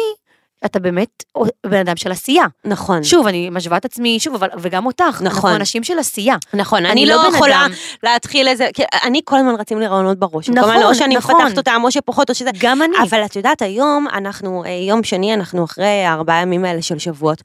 Speaker 3: אתה באמת בן אדם של עשייה.
Speaker 2: נכון.
Speaker 3: שוב, אני משווה את עצמי, שוב, אבל, וגם אותך. אנחנו
Speaker 2: נכון.
Speaker 3: אנשים של עשייה.
Speaker 2: נכון, אני
Speaker 3: אני
Speaker 2: לא
Speaker 3: לא בן
Speaker 2: יכולה
Speaker 3: אדם.
Speaker 2: להתחיל איזה, כי אני כל הזמן רצים לי רעיונות בראש.
Speaker 3: נכון,
Speaker 2: כלומר, או שאני
Speaker 3: נכון.
Speaker 2: מפתחת אותם, או שפחות, או שזה...
Speaker 3: גם אני.
Speaker 2: אבל את יודעת, היום אנחנו, אה, יום שני, אנחנו אחרי הארבעה ימים האלה של שבועות.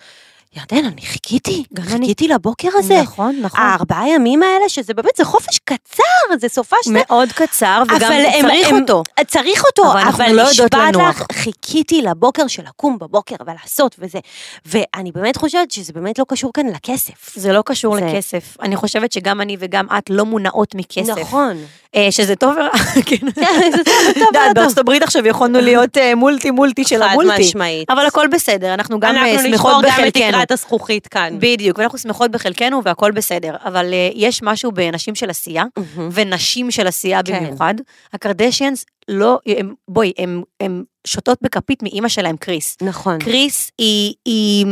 Speaker 2: ירדן, אני חיכיתי,
Speaker 3: גם אני.
Speaker 2: חיכיתי לבוקר הזה.
Speaker 3: נכון, נכון.
Speaker 2: הארבעה ימים האלה, שזה באמת, זה חופש קצר, זה סופה שזה...
Speaker 3: מאוד קצר, וגם
Speaker 2: אבל הם-
Speaker 3: צריך
Speaker 2: הם-
Speaker 3: אותו.
Speaker 2: צריך אותו,
Speaker 3: אבל אנחנו
Speaker 2: אבל
Speaker 3: לא יודעות
Speaker 2: נשבעת
Speaker 3: לנוח.
Speaker 2: לך, חיכיתי לבוקר של לקום בבוקר ולעשות וזה. ואני באמת חושבת שזה באמת לא קשור כאן לכסף.
Speaker 3: זה לא קשור
Speaker 2: זה-
Speaker 3: לכסף. אני חושבת שגם אני וגם את לא מונעות מכסף.
Speaker 2: נכון.
Speaker 3: אה, שזה טוב ורע, כן.
Speaker 2: זה טוב, זה טוב,
Speaker 3: את יודעת,
Speaker 2: זה טוב.
Speaker 3: בארצות הברית עכשיו יכולנו להיות אה, מולטי מולטי של
Speaker 2: חד
Speaker 3: המולטי.
Speaker 2: משמעית.
Speaker 3: אבל הכל בסדר, אנחנו גם אה,
Speaker 2: אנחנו נשבור
Speaker 3: שמחות
Speaker 2: גם את
Speaker 3: בחלקנו.
Speaker 2: תקרת הזכוכית כאן.
Speaker 3: בדיוק, ואנחנו שמחות בחלקנו והכל בסדר, אבל אה, יש משהו בנשים של עשייה,
Speaker 2: מהמם.
Speaker 3: ונשים של עשייה
Speaker 2: כן.
Speaker 3: במיוחד. הקרדשיאנס לא, הם- בואי, הם- הם שותות בכפית מאימא שלהם, קריס.
Speaker 2: נכון.
Speaker 3: קריס היא, היא,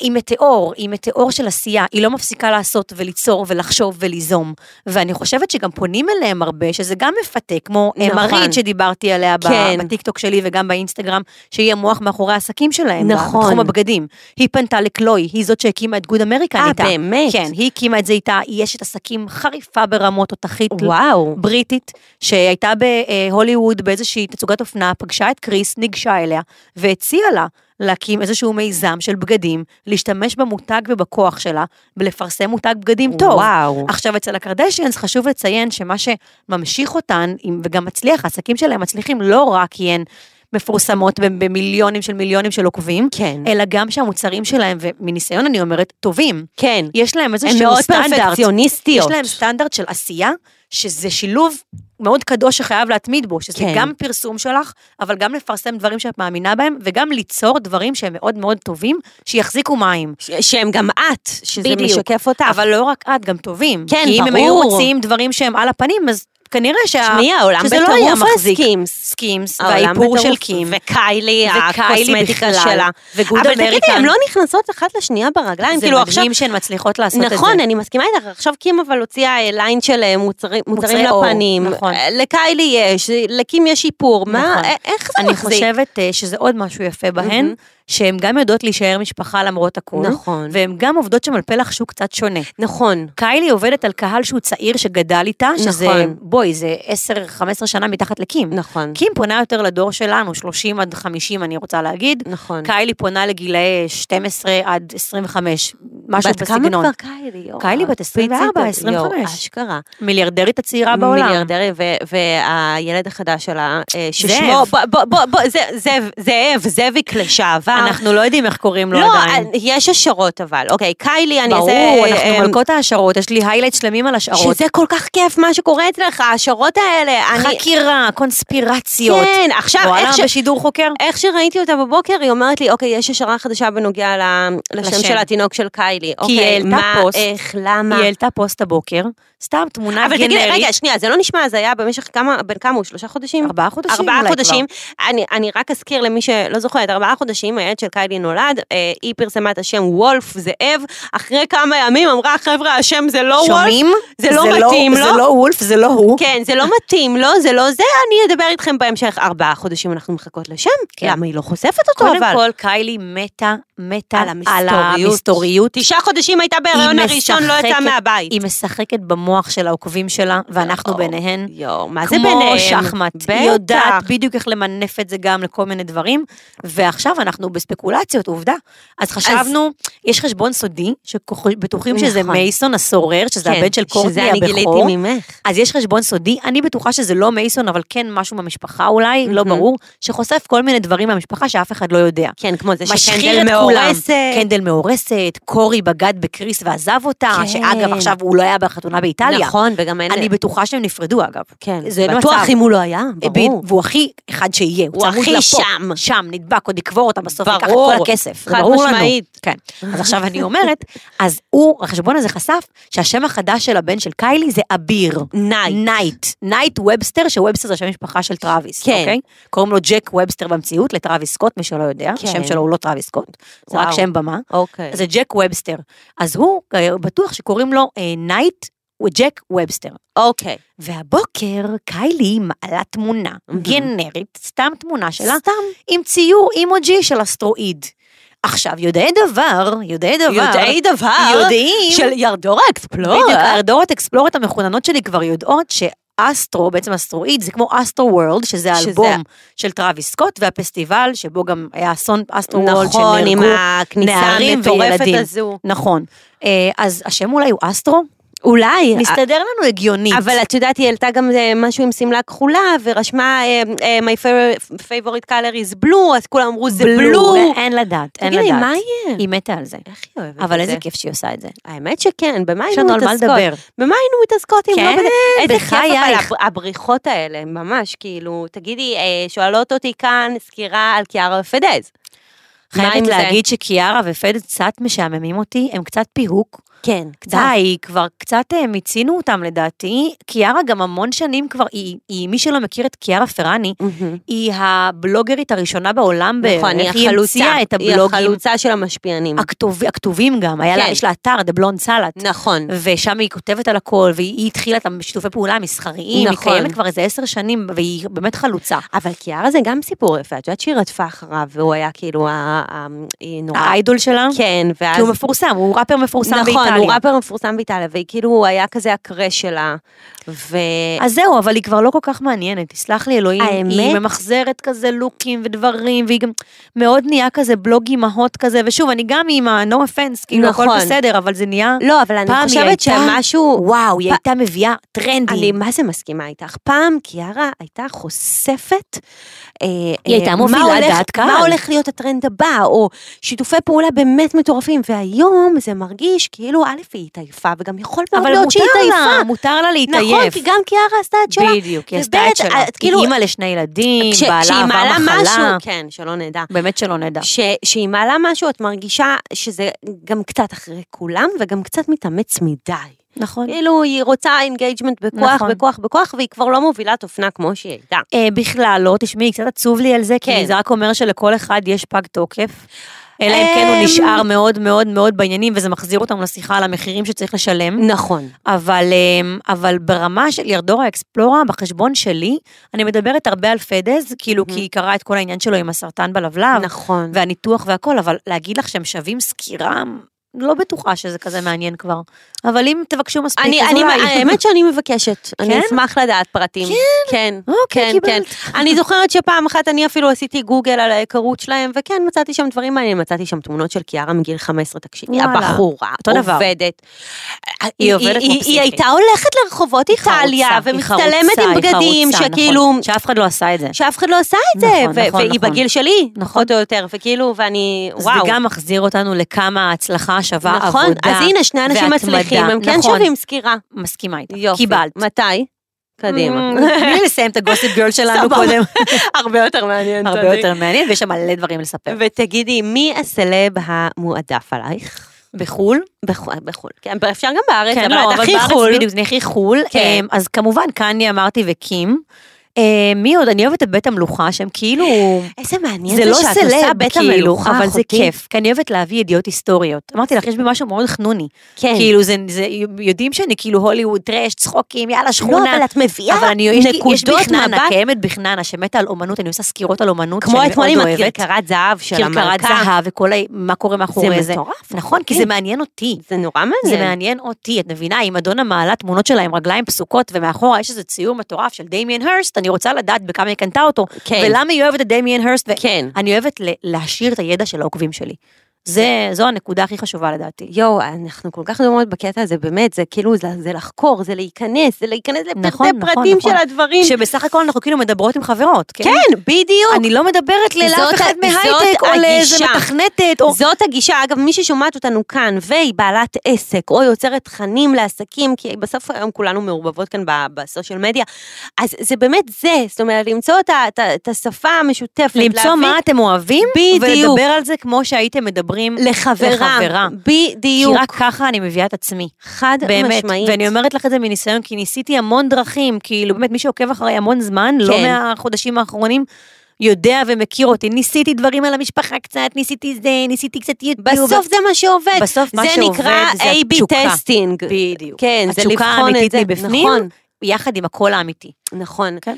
Speaker 3: היא מטאור, היא מטאור של עשייה, היא לא מפסיקה לעשות וליצור ולחשוב וליזום. ואני חושבת שגם פונים אליהם הרבה, שזה גם מפתה, כמו נכון.
Speaker 2: נכון.
Speaker 3: מרית שדיברתי עליה
Speaker 2: כן.
Speaker 3: כן. בטיקטוק שלי וגם באינסטגרם, שהיא המוח מאחורי העסקים שלהם,
Speaker 2: נכון.
Speaker 3: בתחום הבגדים. היא פנתה לקלוי, היא זאת שהקימה את גוד אמריקן
Speaker 2: אה,
Speaker 3: איתה.
Speaker 2: באמת?
Speaker 3: כן, היא הקימה את זה איתה, היא אשת עסקים חריפה ברמות תותחית.
Speaker 2: וואו.
Speaker 3: בריטית, שהייתה בהוליווד באיזושהי תצוגת אופנה, פגשה את קריס, ניגשה אליה, והציעה לה להקים איזשהו מיזם של בגדים, להשתמש במותג ובכוח שלה, ולפרסם מותג בגדים טוב.
Speaker 2: וואו.
Speaker 3: עכשיו, אצל הקרדשיאנס חשוב לציין שמה שממשיך אותן, אם- וגם מצליח, העסקים שלהם מצליחים לא רק כי הן מפורסמות ב- במיליונים של מיליונים של עוקבים,
Speaker 2: כן.
Speaker 3: אלא גם שהמוצרים שלהם, ומניסיון אני אומרת, טובים.
Speaker 2: כן.
Speaker 3: יש להם איזשהו
Speaker 2: הן
Speaker 3: סטנדרט.
Speaker 2: מאוד פרפקציוניסטיות.
Speaker 3: יש להם סטנדרט של עשייה, שזה שילוב מאוד קדוש שחייב להתמיד בו, שזה
Speaker 2: כן.
Speaker 3: כן. גם פרסום שלך, אבל גם לפרסם דברים שאת מאמינה בהם, וגם ליצור דברים שהם מאוד מאוד טובים, שיחזיקו מים.
Speaker 2: ש- שהם גם את, שזה
Speaker 3: בדיוק.
Speaker 2: משקף אותך.
Speaker 3: אבל לא רק את, גם טובים.
Speaker 2: כן,
Speaker 3: כי אם הם היו
Speaker 2: ברור.
Speaker 3: מוציאים דברים שהם על הפנים, אז כנראה שה...
Speaker 2: שנייה, העולם
Speaker 3: שזה לא היה
Speaker 2: בטירוף על
Speaker 3: מחזיק.
Speaker 2: סקימס.
Speaker 3: סקימס,
Speaker 2: העולם
Speaker 3: והאיפור של
Speaker 2: בטירוף.
Speaker 3: קים.
Speaker 2: וקיילי,
Speaker 3: וקיילי
Speaker 2: הקוסמטיקה
Speaker 3: בכלל,
Speaker 2: שלה.
Speaker 3: וגוד
Speaker 2: אבל תגידי,
Speaker 3: אמריקן.
Speaker 2: הן לא נכנסות אחת לשנייה ברגליים?
Speaker 3: זה
Speaker 2: כאילו עכשיו...
Speaker 3: מדהים שהן מצליחות לעשות את זה.
Speaker 2: נכון, אני מסכימה איתך, עכשיו קים אבל הוציאה אה, ליין של אה, מוצרים מוצרים
Speaker 3: אור,
Speaker 2: לפנים.
Speaker 3: נכון.
Speaker 2: אה, לקיילי יש, אה, לקים יש איפור, מה,
Speaker 3: נכון.
Speaker 2: אה, איך זה
Speaker 3: אני
Speaker 2: מחזיק?
Speaker 3: חושבת אה, שזה עוד משהו יפה בהן, שהן גם יודעות להישאר משפחה למרות הכול.
Speaker 2: נכון.
Speaker 3: והן גם עובדות שם על פלח שוק קצת שונה.
Speaker 2: נכון.
Speaker 3: קיילי עובדת על קהל שהוא צעיר שגדל איתה, שזה,
Speaker 2: נכון.
Speaker 3: בואי, זה 10-15 שנה מתחת לקים.
Speaker 2: נכון.
Speaker 3: קים פונה יותר לדור שלנו, 30 עד 50 אני רוצה להגיד.
Speaker 2: נכון.
Speaker 3: קיילי פונה לגילאי 12 עד 25, משהו
Speaker 2: בת כמה
Speaker 3: בסגנון.
Speaker 2: כבר קיילי? יואו,
Speaker 3: קיילי בת 24,
Speaker 2: הפיצית, יואו,
Speaker 3: 25.
Speaker 2: אשכרה.
Speaker 3: מיליארדרית הצעירה בעולם.
Speaker 2: מיליארדרי, ו- והילד החדש שלה, אה, ששמו,
Speaker 3: זאב.
Speaker 2: בוא, בוא, בוא, בוא, זה- זאב, זאב, זאביק לשעבר.
Speaker 3: אנחנו לא יודעים איך קוראים לו
Speaker 2: לא,
Speaker 3: עדיין.
Speaker 2: יש השערות אבל, אוקיי, קיילי, אני...
Speaker 3: ברור,
Speaker 2: זה,
Speaker 3: אנחנו
Speaker 2: אה,
Speaker 3: מלכות ההשערות, יש לי היילייט שלמים על השערות.
Speaker 2: שזה כל כך כיף מה שקורה אצלך, ההשערות האלה. אני-
Speaker 3: חקירה, קונספירציות.
Speaker 2: כן, עכשיו,
Speaker 3: וואלה,
Speaker 2: איך ש-
Speaker 3: בשידור חוקר?
Speaker 2: איך שראיתי אותה בבוקר, היא אומרת לי, אוקיי, יש השערה חדשה בנוגע ל- לשם
Speaker 3: לשם.
Speaker 2: של התינוק של קיילי.
Speaker 3: היא
Speaker 2: אוקיי,
Speaker 3: העלתה
Speaker 2: מה,
Speaker 3: פוסט.
Speaker 2: איך, למה?
Speaker 3: היא העלתה פוסט הבוקר, סתם תמונה
Speaker 2: אבל
Speaker 3: גנרית.
Speaker 2: תגידי, רגע, שנייה, זה לא נשמע הזיה במשך כמה, בין כמה הוא? שלושה חודשים?
Speaker 3: ארבעה חודשים
Speaker 2: ארבעה
Speaker 3: אולי
Speaker 2: חודשים. אני, אני רק אזכיר למי שלא זוכרת, ארבעה חודשים הילד של קיילי נולד, אה, היא פרסמה את השם וולף זאב, אחרי כמה ימים אמרה, חבר'ה, השם זה לא
Speaker 3: שומעים?
Speaker 2: וולף, זה לא מתאים לו.
Speaker 3: זה לא וולף, זה לא הוא.
Speaker 2: כן, זה לא מתאים לו, זה לא זה, אני אדבר איתכם בהמשך. ארבעה חודשים אנחנו מחכות לשם,
Speaker 3: כן.
Speaker 2: למה היא לא חושפת אותו
Speaker 3: קודם
Speaker 2: אבל?
Speaker 3: כל, קיילי מתה, מתה
Speaker 2: על המסתוריות.
Speaker 3: המסתוריות.
Speaker 2: תשעה חודשים הייתה בהיריון
Speaker 3: היא
Speaker 2: הראשון, לא
Speaker 3: משחקת-
Speaker 2: יצאה מהבית.
Speaker 3: היא משחקת במוח של העוקבים שלה, ואנחנו
Speaker 2: יואו,
Speaker 3: ביניהן.
Speaker 2: יואו, מה זה ביניהם?
Speaker 3: כמו שחמט, היא יודעת
Speaker 2: בטח.
Speaker 3: בדיוק איך למנף את זה גם לכל מיני דברים, ועכשיו אנחנו בספקולציות, עובדה. אז חשבנו, יש חשבון סודי, שבטוחים שזה
Speaker 2: נכון.
Speaker 3: מייסון הסורר, כן, שזה הבן של קורטני
Speaker 2: כן, שזה אני
Speaker 3: הבכור,
Speaker 2: גיליתי ממך.
Speaker 3: אז יש חשבון סודי, אני בטוחה שזה לא מייסון, אבל כן משהו במשפחה אולי, לא
Speaker 2: מהמם.
Speaker 3: ברור, שחושף כל מיני דברים מהמשפחה שאף אחד לא יודע.
Speaker 2: כן, כמו זה
Speaker 3: משחיר את
Speaker 2: שקנדל
Speaker 3: כולם.
Speaker 2: מאורסת.
Speaker 3: קנדל מאורסת, קורי בגד בקריס ועזב אותה,
Speaker 2: כן.
Speaker 3: שאגב עכשיו הוא לא היה בחתונה באיטליה.
Speaker 2: נכון, וגם אין...
Speaker 3: אני בטוחה שהם נפרדו אגב.
Speaker 2: כן,
Speaker 3: זה
Speaker 2: בטוח
Speaker 3: מצב. אה,
Speaker 2: אם הוא לא היה,
Speaker 3: בין-
Speaker 2: ברור.
Speaker 3: והוא הכי אחד שיהיה, הוא
Speaker 2: הוא
Speaker 3: צמוד
Speaker 2: הכי
Speaker 3: לפה.
Speaker 2: שם.
Speaker 3: שם, נדבק, עוד יקבור אותה בסוף, ייקח את
Speaker 2: ברור.
Speaker 3: כל הכסף. זה
Speaker 2: חד
Speaker 3: ברור לנו.
Speaker 2: משמעית.
Speaker 3: כן. אז עכשיו אני אומרת, אז הוא, החשבון הזה חשף שהשם החדש של הבן של קיילי זה אביר.
Speaker 2: נייט.
Speaker 3: נייט. נייט ובסטר, שוובסטר זה שם משפחה של טראביס,
Speaker 2: כן.
Speaker 3: אוקיי? קוראים לו ג'ק ובסטר במציאות, לטראביס סקוט, מי שלא יודע,
Speaker 2: כן.
Speaker 3: השם שלו הוא לא טראביס סקוט, זה רק
Speaker 2: וואו.
Speaker 3: שם במה.
Speaker 2: אוקיי.
Speaker 3: זה ג'ק ובסטר. אז הוא אה, בטוח שקוראים לו אה, נייט וג'ק ובסטר.
Speaker 2: אוקיי.
Speaker 3: והבוקר קיילי מעלה תמונה
Speaker 2: מהמם.
Speaker 3: גנרית, סתם תמונה שלה,
Speaker 2: סתם.
Speaker 3: עם ציור אימוג'י של אסטרואיד. עכשיו, יודעי דבר, יודעי דבר,
Speaker 2: יודעי דבר.
Speaker 3: יודעים,
Speaker 2: אה, של ירדורה אקספלורר.
Speaker 3: בדיוק, הארדורות אקספלורט המחוננות שלי כבר יודעות שאסטרו, בעצם אסטרואיד, זה כמו אסטרו וורלד, שזה
Speaker 2: שזה-
Speaker 3: האלבום של טראביס סקוט, והפסטיבל שבו גם היה אסון אסטרו וורלד
Speaker 2: נכון, עם
Speaker 3: שנהרגו.
Speaker 2: הכניסה
Speaker 3: נערים
Speaker 2: המטורפת
Speaker 3: וילדים.
Speaker 2: הזו.
Speaker 3: נכון. אה, אז השם אולי הוא אסטרו?
Speaker 2: אולי.
Speaker 3: מסתדר לנו הגיונית.
Speaker 2: אה, אבל את יודעת, היא העלתה גם אה, משהו עם שמלה כחולה, ורשמה אה, אה, My favorite- favorite color is blue, אה, אז כולם אמרו זה בלו.
Speaker 3: אה, אין לדעת, אין לדעת.
Speaker 2: תגידי, מה יהיה?
Speaker 3: היא מתה על זה.
Speaker 2: איך היא אוהבת את זה?
Speaker 3: אבל איזה כיף שהיא עושה את זה.
Speaker 2: האמת שכן, במה
Speaker 3: יש
Speaker 2: היינו
Speaker 3: לנו על מה
Speaker 2: מתעסקות?
Speaker 3: לדבר.
Speaker 2: במה היינו מתעסקות אם לא
Speaker 3: כן,
Speaker 2: בזה? איזה כיף אבל
Speaker 3: בחייך.
Speaker 2: הב- הבריחות האלה, ממש, כאילו, תגידי, אה, שואלות אותי כאן סקירה על קיארה פדז. מה עם
Speaker 3: חייבת
Speaker 2: זה?
Speaker 3: להגיד שקיארה ופד קצת משעממים אותי, הם קצת פיהוק.
Speaker 2: כן, קצת.
Speaker 3: די, כבר קצת אה, מיצינו אותם לדעתי. קיארה גם המון שנים כבר, היא, היא, מי שלא מכיר את קיארה פרני,
Speaker 2: מהמם.
Speaker 3: היא הבלוגרית הראשונה בעולם
Speaker 2: נכון, היא
Speaker 3: בערך, היא המציאה
Speaker 2: החלוצה,
Speaker 3: את
Speaker 2: היא
Speaker 3: הבלוגים,
Speaker 2: החלוצה של המשפיענים.
Speaker 3: הכתוב, הכתובים גם, היה לה,
Speaker 2: כן.
Speaker 3: יש לה אתר, The Blonde Salad,
Speaker 2: נכון.
Speaker 3: ושם היא כותבת על הכל, והיא היא התחילה את השיתופי פעולה המסחריים,
Speaker 2: נכון.
Speaker 3: היא קיימת כבר איזה עשר שנים, והיא באמת חלוצה.
Speaker 2: אבל קיארה זה גם סיפור יפה, את יודעת שהיא רדפה אחריו, והוא היה כאילו, ה- ה- היא נורא...
Speaker 3: האיידול שלה,
Speaker 2: כן, ואז...
Speaker 3: אה, כי הוא מפורסם, הוא ראפר מפורסם באיטליה.
Speaker 2: נכון, הוא ראפר מפורסם באיטליה, והיא כאילו, הוא היה כזה הקרש שלה, ו...
Speaker 3: אז זהו, אבל היא כבר לא כל כך מעניינת, תסלח לי אלוהים. היא
Speaker 2: האמת?
Speaker 3: ממחזרת כזה לוקים ודברים, והיא גם מאוד נהיה כזה בלוג אימהות כזה, ושוב, אני גם אימא, no offense, כאילו, הכל
Speaker 2: נכון.
Speaker 3: בסדר, אבל זה נהיה...
Speaker 2: לא, אבל אני
Speaker 3: פעם היא
Speaker 2: חושבת
Speaker 3: הייתה-
Speaker 2: שמשהו...
Speaker 3: וואו, היא
Speaker 2: פ-
Speaker 3: הייתה מביאה
Speaker 2: אני
Speaker 3: טרנדים.
Speaker 2: מה זה מסכימה איתך, פעם קיארה הייתה חושפת, אה,
Speaker 3: היא הייתה
Speaker 2: אה,
Speaker 3: מובילה
Speaker 2: מה הולך-
Speaker 3: דעת קהל.
Speaker 2: מה הולך להיות הטרנד הבא, או שיתופי פעולה באמת מטורפים, והיום זה מרגיש כאילו, א', היא התעייפה, וגם יכול מאוד
Speaker 3: אבל
Speaker 2: להיות
Speaker 3: מותר
Speaker 2: שהיא
Speaker 3: לה,
Speaker 2: התעייפה.
Speaker 3: מותר לה להתעייף.
Speaker 2: נכון, כי גם קיארה עשתה את שלה.
Speaker 3: בדיוק, היא עשתה את
Speaker 2: וב',
Speaker 3: שלה.
Speaker 2: את
Speaker 3: היא
Speaker 2: כאילו-
Speaker 3: אימא לשני ילדים,
Speaker 2: כש-
Speaker 3: בעלה
Speaker 2: כשהיא
Speaker 3: עבר
Speaker 2: מעלה
Speaker 3: מחלה.
Speaker 2: משהו, כן, שלא נדע.
Speaker 3: באמת שלא נדע.
Speaker 2: ש, שהיא מעלה משהו, את מרגישה שזה גם קצת אחרי כולם, וגם קצת מתאמץ מדי.
Speaker 3: נכון.
Speaker 2: כאילו, היא רוצה אינגייג'מנט בכוח,
Speaker 3: נכון.
Speaker 2: נכון. בכוח, בכוח, והיא כבר לא מובילת אופנה כמו שהיא הייתה.
Speaker 3: אה, בכלל לא, תשמעי, קצת עצוב לי על זה, כי
Speaker 2: כן.
Speaker 3: זה רק אומר שלכל אחד יש פג תוקף. אלא אם כן הוא
Speaker 2: אמ,
Speaker 3: נשאר מאוד מאוד מאוד בעניינים, וזה מחזיר אותנו לשיחה על המחירים שצריך לשלם.
Speaker 2: נכון.
Speaker 3: אבל, אמ, אבל ברמה של ירדורה אקספלורה, בחשבון שלי, אני מדברת הרבה על פדז, כאילו, כי היא קראה את כל העניין שלו עם הסרטן בלבלב,
Speaker 2: נכון.
Speaker 3: והניתוח והכל, אבל להגיד לך שהם שווים סקירה, לא בטוחה שזה כזה מעניין כבר. אבל אם תבקשו מספיק,
Speaker 2: אני,
Speaker 3: אז
Speaker 2: אני,
Speaker 3: אולי. כן?
Speaker 2: האמת שאני מבקשת, אני אשמח לדעת פרטים. כן. כן,
Speaker 3: אוקיי,
Speaker 2: כן, כן.
Speaker 3: קיבלת.
Speaker 2: אני זוכרת שפעם אחת אני אפילו עשיתי גוגל על ההיכרות שלהם, וכן, מצאתי שם דברים מעניינים, מצאתי שם תמונות של קיארה מגיל 15, תקשיבי,
Speaker 3: וואלה.
Speaker 2: הבחורה,
Speaker 3: אותו דבר.
Speaker 2: עובדת.
Speaker 3: עובדת כמו
Speaker 2: היא, היא
Speaker 3: פסיכית.
Speaker 2: הייתה הולכת לרחובות איטליה,
Speaker 3: חרוצה, היא
Speaker 2: ומצטלמת
Speaker 3: חרוצה,
Speaker 2: עם
Speaker 3: היא
Speaker 2: בגדים,
Speaker 3: חרוצה,
Speaker 2: שכאילו,
Speaker 3: נכון, שאף אחד לא עשה את זה.
Speaker 2: שאף אחד לא עשה את זה,
Speaker 3: נכון,
Speaker 2: ו-
Speaker 3: נכון,
Speaker 2: והיא
Speaker 3: נכון.
Speaker 2: בגיל שלי,
Speaker 3: נכון.
Speaker 2: פחות או יותר, וכאילו, ואני,
Speaker 3: אז
Speaker 2: וואו.
Speaker 3: זה גם מחזיר אותנו לכמה ההצלחה שווה
Speaker 2: נכון,
Speaker 3: עבודה.
Speaker 2: אז הנה, שני אנשים
Speaker 3: והתמדה.
Speaker 2: מצליחים, הם כן
Speaker 3: נכון.
Speaker 2: שווים סקירה.
Speaker 3: מסכימה איתך.
Speaker 2: יופי.
Speaker 3: קיבלת. Mm.
Speaker 2: מתי? קדימה.
Speaker 3: תני לי לסיים את הגוסיפ גרל שלנו
Speaker 2: סבבה.
Speaker 3: קודם.
Speaker 2: הרבה יותר מעניין.
Speaker 3: הרבה יותר מעניין, ויש שם מלא דברים לספר.
Speaker 2: ותגידי, מי הסלב המועדף עלייך?
Speaker 3: בחו"ל?
Speaker 2: בחו"ל, בחו"ל. כן, אפשר גם בארץ,
Speaker 3: כן,
Speaker 2: אבל
Speaker 3: לא,
Speaker 2: את
Speaker 3: אבל
Speaker 2: הכי
Speaker 3: בארץ
Speaker 2: חו"ל.
Speaker 3: בדיוק, זה הכי חו"ל.
Speaker 2: כן.
Speaker 3: אמ, אז כמובן, קניה אמרתי וקים. אמ, מי עוד? אני אוהבת את בית המלוכה, שהם כאילו...
Speaker 2: איזה מעניין
Speaker 3: זה לא
Speaker 2: שאת עושה
Speaker 3: סלב,
Speaker 2: בית
Speaker 3: כאילו,
Speaker 2: המלוכה,
Speaker 3: אבל זה
Speaker 2: אחותי.
Speaker 3: כיף. כי אני אוהבת להביא ידיעות היסטוריות. אמרתי לך, יש בי משהו מאוד חנוני.
Speaker 2: כן.
Speaker 3: כאילו, זה, זה, יודעים שאני כאילו הוליווד, טרש, צחוקים, יאללה,
Speaker 2: לא,
Speaker 3: שכונה.
Speaker 2: אבל את מביאה
Speaker 3: אבל אני, יש לי- יש
Speaker 2: נקודות
Speaker 3: בכננה,
Speaker 2: מבט.
Speaker 3: קיימת בכננה, שמתה על אומנות, אני עושה סקירות על אומנות שאני
Speaker 2: כמו
Speaker 3: מאוד
Speaker 2: אתמול
Speaker 3: אוהבת.
Speaker 2: עם הכרכרת זהב של
Speaker 3: כרכרת
Speaker 2: המלכה.
Speaker 3: זהב וכל ה... מה קורה מאחורי זה.
Speaker 2: זה מטורף.
Speaker 3: נכון, כי
Speaker 2: כן.
Speaker 3: זה מעניין אותי.
Speaker 2: זה נורא
Speaker 3: זה
Speaker 2: מעניין.
Speaker 3: מעניין אותי, את מבינה, אם אדונה מעלה תמונות שלה עם רגליים פסוקות, ומאחורה יש איזה ציור מטורף של דמיאן הרסט, אני רוצה לדעת בכמה היא קנתה אותו,
Speaker 2: כן.
Speaker 3: ולמה היא אוהבת את דמיאן הרסט,
Speaker 2: כן.
Speaker 3: ואני אוהבת ל- להשאיר את הידע של העוקבים שלי. זה, זו הנקודה הכי חשובה לדעתי.
Speaker 2: יואו, אנחנו כל כך דומות בקטע הזה, באמת, זה כאילו, זה, זה לחקור, זה להיכנס, זה להיכנס לפרטי
Speaker 3: נכון, נכון,
Speaker 2: פרטים
Speaker 3: נכון.
Speaker 2: של הדברים.
Speaker 3: שבסך הכל אנחנו כאילו מדברות עם חברות, כן?
Speaker 2: כן, בדיוק.
Speaker 3: אני לא מדברת
Speaker 2: זאת
Speaker 3: לאף אחד
Speaker 2: ה-
Speaker 3: מהייטק
Speaker 2: זאת
Speaker 3: או לאיזה
Speaker 2: הגישה.
Speaker 3: מתכנתת, או...
Speaker 2: זאת הגישה, אגב, מי ששומעת אותנו כאן והיא בעלת עסק או יוצרת תכנים לעסקים, כי בסוף היום כולנו מעורבבות כאן ב- בסושיאל מדיה, אז זה באמת זה, זאת אומרת, למצוא את ה- את ה- את השפה המשותפת,
Speaker 3: למצוא מה אתם אוהבים,
Speaker 2: בדיוק.
Speaker 3: ולדבר על זה כמו שהייתם מדברים
Speaker 2: לחברה,
Speaker 3: לחברה. כי
Speaker 2: בדיוק,
Speaker 3: רק ככה אני מביאה את עצמי.
Speaker 2: חד
Speaker 3: באמת,
Speaker 2: משמעית.
Speaker 3: ואני אומרת לך את זה מניסיון, כי ניסיתי המון דרכים, כאילו באמת מי שעוקב אחריי המון זמן, לא
Speaker 2: כן.
Speaker 3: מהחודשים האחרונים, יודע ומכיר אותי. ניסיתי דברים על המשפחה קצת, ניסיתי זה, ניסיתי קצת יוטיוב.
Speaker 2: בסוף זה מה שעובד,
Speaker 3: בסוף מה
Speaker 2: זה
Speaker 3: שעובד
Speaker 2: נקרא
Speaker 3: זה
Speaker 2: A-B
Speaker 3: התשוקה.
Speaker 2: טסטינג.
Speaker 3: בדיוק.
Speaker 2: כן, זה
Speaker 3: התשוקה
Speaker 2: לבחון את
Speaker 3: האמיתית
Speaker 2: זה,
Speaker 3: מבפנים,
Speaker 2: נכון.
Speaker 3: יחד עם הקול האמיתי.
Speaker 2: נכון.
Speaker 3: כן.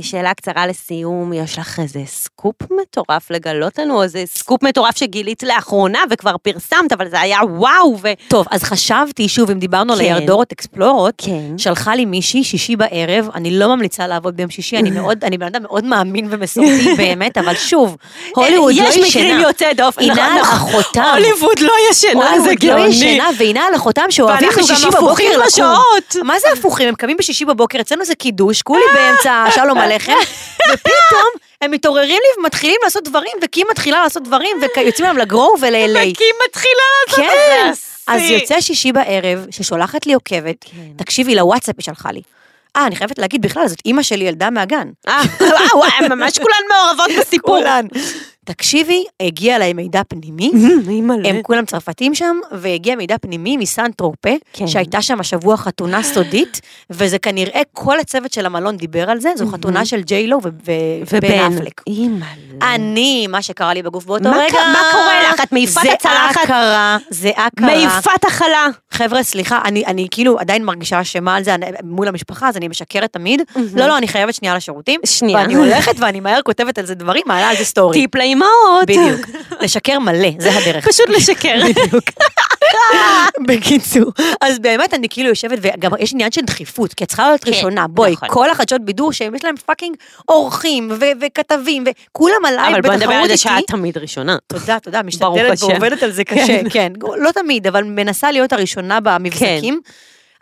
Speaker 2: ושאלה קצרה לסיום, יש לך איזה סקופ מטורף לגלות לנו, או איזה סקופ מטורף שגילית לאחרונה וכבר פרסמת, אבל זה היה וואו, ו...
Speaker 3: טוב, אז חשבתי, שוב, אם דיברנו על
Speaker 2: כן.
Speaker 3: הירדורות אקספלורות,
Speaker 2: כן.
Speaker 3: שלחה לי מישהי, שישי בערב, אני לא ממליצה לעבוד ביום שישי, אני מאוד, אני בן אדם מאוד מאמין ומסורתי באמת, אבל שוב, הוליווד לא ישנה.
Speaker 2: אה, יש מקרים יוצאי דופן,
Speaker 3: הנה
Speaker 2: נכון,
Speaker 3: על
Speaker 2: נכון.
Speaker 3: אחותם.
Speaker 2: הוליווד לא ישנה, זה
Speaker 3: הוליווד לא
Speaker 2: גאוני.
Speaker 3: ישנה, והנה על אחותם שאוהבים
Speaker 2: ואנחנו גם
Speaker 3: בשישי בבוקר
Speaker 2: הפוכים
Speaker 3: לקום.
Speaker 2: לשעות.
Speaker 3: מה זה הפוכים? הם קמים בשישי בבוקר, אצלנו זה קידוש, כולי באמצע שלום עליכם, ופתאום הם מתעוררים לי ומתחילים לעשות דברים, וקים מתחילה לעשות דרים, ויוצאים להם לגרור ול-LA.
Speaker 2: כי מתחילה לעשות את זה.
Speaker 3: כן, אז
Speaker 2: השיא.
Speaker 3: יוצא שישי בערב, ששולחת לי עוקבת,
Speaker 2: כן.
Speaker 3: תקשיבי, לוואטסאפ היא שלחה לי. אה, אני חייבת להגיד בכלל, זאת אימא שלי, ילדה מהגן.
Speaker 2: אה, וואו, וואו, ממש כולן מעורבות בסיפור.
Speaker 3: כולן. תקשיבי, הגיע אליי מידע פנימי,
Speaker 2: אמ, לא-
Speaker 3: הם כולם צרפתים שם, והגיע מידע פנימי מסן טרופה,
Speaker 2: כן.
Speaker 3: שהייתה שם השבוע חתונה סודית, וזה כנראה כל הצוות של המלון דיבר על זה, זו חתונה של ג'יילו ו- ו- ובן אפלק.
Speaker 2: אימא'לה.
Speaker 3: אני, מה שקרה לי בגוף באותו
Speaker 2: מה
Speaker 3: רגע,
Speaker 2: ק- מה קורה לך? את מעיפה את
Speaker 3: זה
Speaker 2: הצלחת?
Speaker 3: הכרה, זה הכרה.
Speaker 2: מעיפת החלה.
Speaker 3: חבר'ה, סליחה, אני, אני כאילו עדיין מרגישה אשמה על זה אני- מול המשפחה, אז אני משקרת תמיד. לא, לא, אני חייבת שנייה לשירותים.
Speaker 2: שנייה.
Speaker 3: ואני הולכת ואני מהר כותבת על זה דברים, מעלה על זה סטורי.
Speaker 2: טיפ לאימהות.
Speaker 3: בדיוק. לשקר מלא, זה הדרך.
Speaker 2: פשוט לשקר.
Speaker 3: בדיוק. בקיצור, אז באמת אני כאילו יושבת, וגם יש עניין של דחיפות, כי את צריכה להיות
Speaker 2: כן,
Speaker 3: ראשונה, בואי,
Speaker 2: נכון.
Speaker 3: כל החדשות בידור שהם, יש להם פאקינג עורכים ו- וכתבים, וכולם עליי
Speaker 2: אבל בוא נדבר
Speaker 3: בתחרות
Speaker 2: על זה
Speaker 3: איתי.
Speaker 2: שאת תמיד ראשונה.
Speaker 3: תודה, תודה,
Speaker 2: ברוך
Speaker 3: משתדלת
Speaker 2: השם.
Speaker 3: ועובדת על זה קשה, כן. לא תמיד, אבל מנסה להיות הראשונה במבזקים.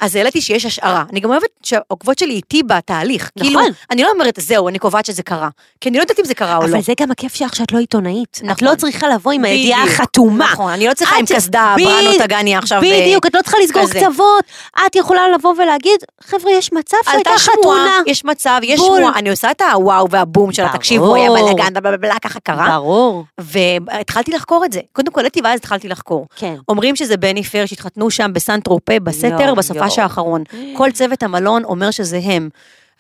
Speaker 3: אז העליתי שיש השערה. אני גם אוהבת שהעוקבות שלי איתי בתהליך.
Speaker 2: נכון.
Speaker 3: כאילו, אני לא אומרת, זהו, אני קובעת שזה קרה. כי אני לא יודעת אם זה קרה או לא.
Speaker 2: אבל זה גם הכיף שלך שאת לא עיתונאית. את
Speaker 3: נכון.
Speaker 2: לא צריכה לבוא עם הידיעה
Speaker 3: בדיוק.
Speaker 2: החתומה.
Speaker 3: נכון, אני לא צריכה
Speaker 2: את-
Speaker 3: עם קסדה,
Speaker 2: ב-
Speaker 3: בראנו תגניה עכשיו. ב-
Speaker 2: בדיוק, את לא צריכה לסגור
Speaker 3: כזה.
Speaker 2: קצוות. את יכולה לבוא ולהגיד, חבר'ה, יש מצב שהייתה
Speaker 3: עלתה שמועה,
Speaker 2: חתונה.
Speaker 3: יש מצב, יש
Speaker 2: בול.
Speaker 3: שמועה, אני עושה את הוואו והבום של
Speaker 2: ברור.
Speaker 3: התקשיבו, היה בלאגן, בלה בלה בלה, ככה קרה.
Speaker 2: ברור.
Speaker 3: והתחלתי לחקור את זה. קודם כל, העליתי ואז התחלתי לחקור.
Speaker 2: כן.
Speaker 3: אומרים שזה בני פר שהתחתנו שם בסן טרופה, בסתר,
Speaker 2: יואו,
Speaker 3: בסופש
Speaker 2: יואו.
Speaker 3: האחרון. כל צוות המלון אומר שזה הם.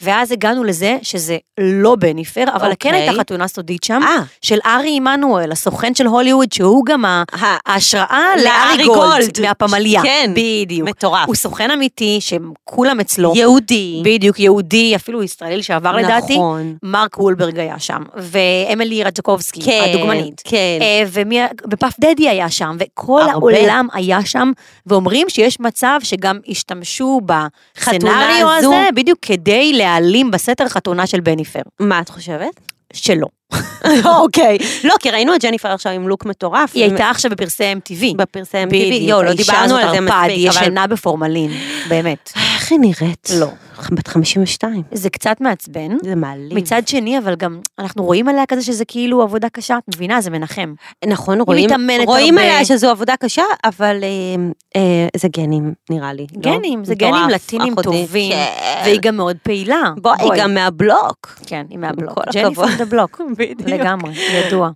Speaker 3: ואז הגענו לזה שזה לא בני פר, אבל כן
Speaker 2: אוקיי.
Speaker 3: הייתה חתונה סודית שם,
Speaker 2: אה.
Speaker 3: של ארי עמנואל, הסוכן של הוליווד, שהוא גם ה-
Speaker 2: ה-
Speaker 3: ההשראה
Speaker 2: אה. לארי
Speaker 3: לארי
Speaker 2: גולד.
Speaker 3: גולד, מהפמליה.
Speaker 2: כן.
Speaker 3: בדיוק.
Speaker 2: מטורף.
Speaker 3: הוא סוכן אמיתי, שכולם אצלו.
Speaker 2: יהודי.
Speaker 3: בדיוק, יהודי, אפילו ישראלי לשעבר
Speaker 2: נכון.
Speaker 3: לדעתי. מרק וולברג היה שם, ואמילי רג'קובסקי,
Speaker 2: כן,
Speaker 3: הדוגמנית.
Speaker 2: כן.
Speaker 3: אה, ומי, ופף דדי היה שם, וכל
Speaker 2: הרבה.
Speaker 3: העולם היה שם, ואומרים שיש מצב שגם השתמשו בסצנריו
Speaker 2: הזו.
Speaker 3: הזה, בדיוק כדי להעלים בסתר חתונה של בניפר.
Speaker 2: מה את חושבת?
Speaker 3: שלא.
Speaker 2: אוקיי. לא, כי ראינו את ג'ניפר עכשיו עם לוק מטורף.
Speaker 3: היא הייתה עכשיו בפרסי MTV.
Speaker 2: בפרסי MTV. יואו, לא
Speaker 3: האישה
Speaker 2: דיברנו
Speaker 3: הזאת
Speaker 2: על זה
Speaker 3: ערפד,
Speaker 2: מספיק,
Speaker 3: היא
Speaker 2: אבל... אה,
Speaker 3: ישנה בפורמלין, באמת.
Speaker 2: איך היא נראית?
Speaker 3: לא.
Speaker 2: בת 52.
Speaker 3: זה קצת מעצבן.
Speaker 2: זה מעליב.
Speaker 3: מצד שני, אבל גם אנחנו רואים עליה כזה שזה כאילו עבודה קשה, את מבינה? זה מנחם.
Speaker 2: נכון, רואים,
Speaker 3: מתאמנת
Speaker 2: רואים
Speaker 3: הרבה.
Speaker 2: עליה שזו עבודה קשה, אבל אה, אה, זה גנים, נראה לי. לא?
Speaker 3: גנים, זה
Speaker 2: מטורף,
Speaker 3: גנים לטינים
Speaker 2: אחותי.
Speaker 3: טובים,
Speaker 2: כן.
Speaker 3: והיא גם מאוד פעילה.
Speaker 2: בוא, היא גם מהבלוק.
Speaker 3: כן, היא מהבלוק.
Speaker 2: כל
Speaker 3: ג'ניפר
Speaker 2: הכבוד.
Speaker 3: דה בלוק.
Speaker 2: בדיוק.
Speaker 3: לגמרי, ידוע.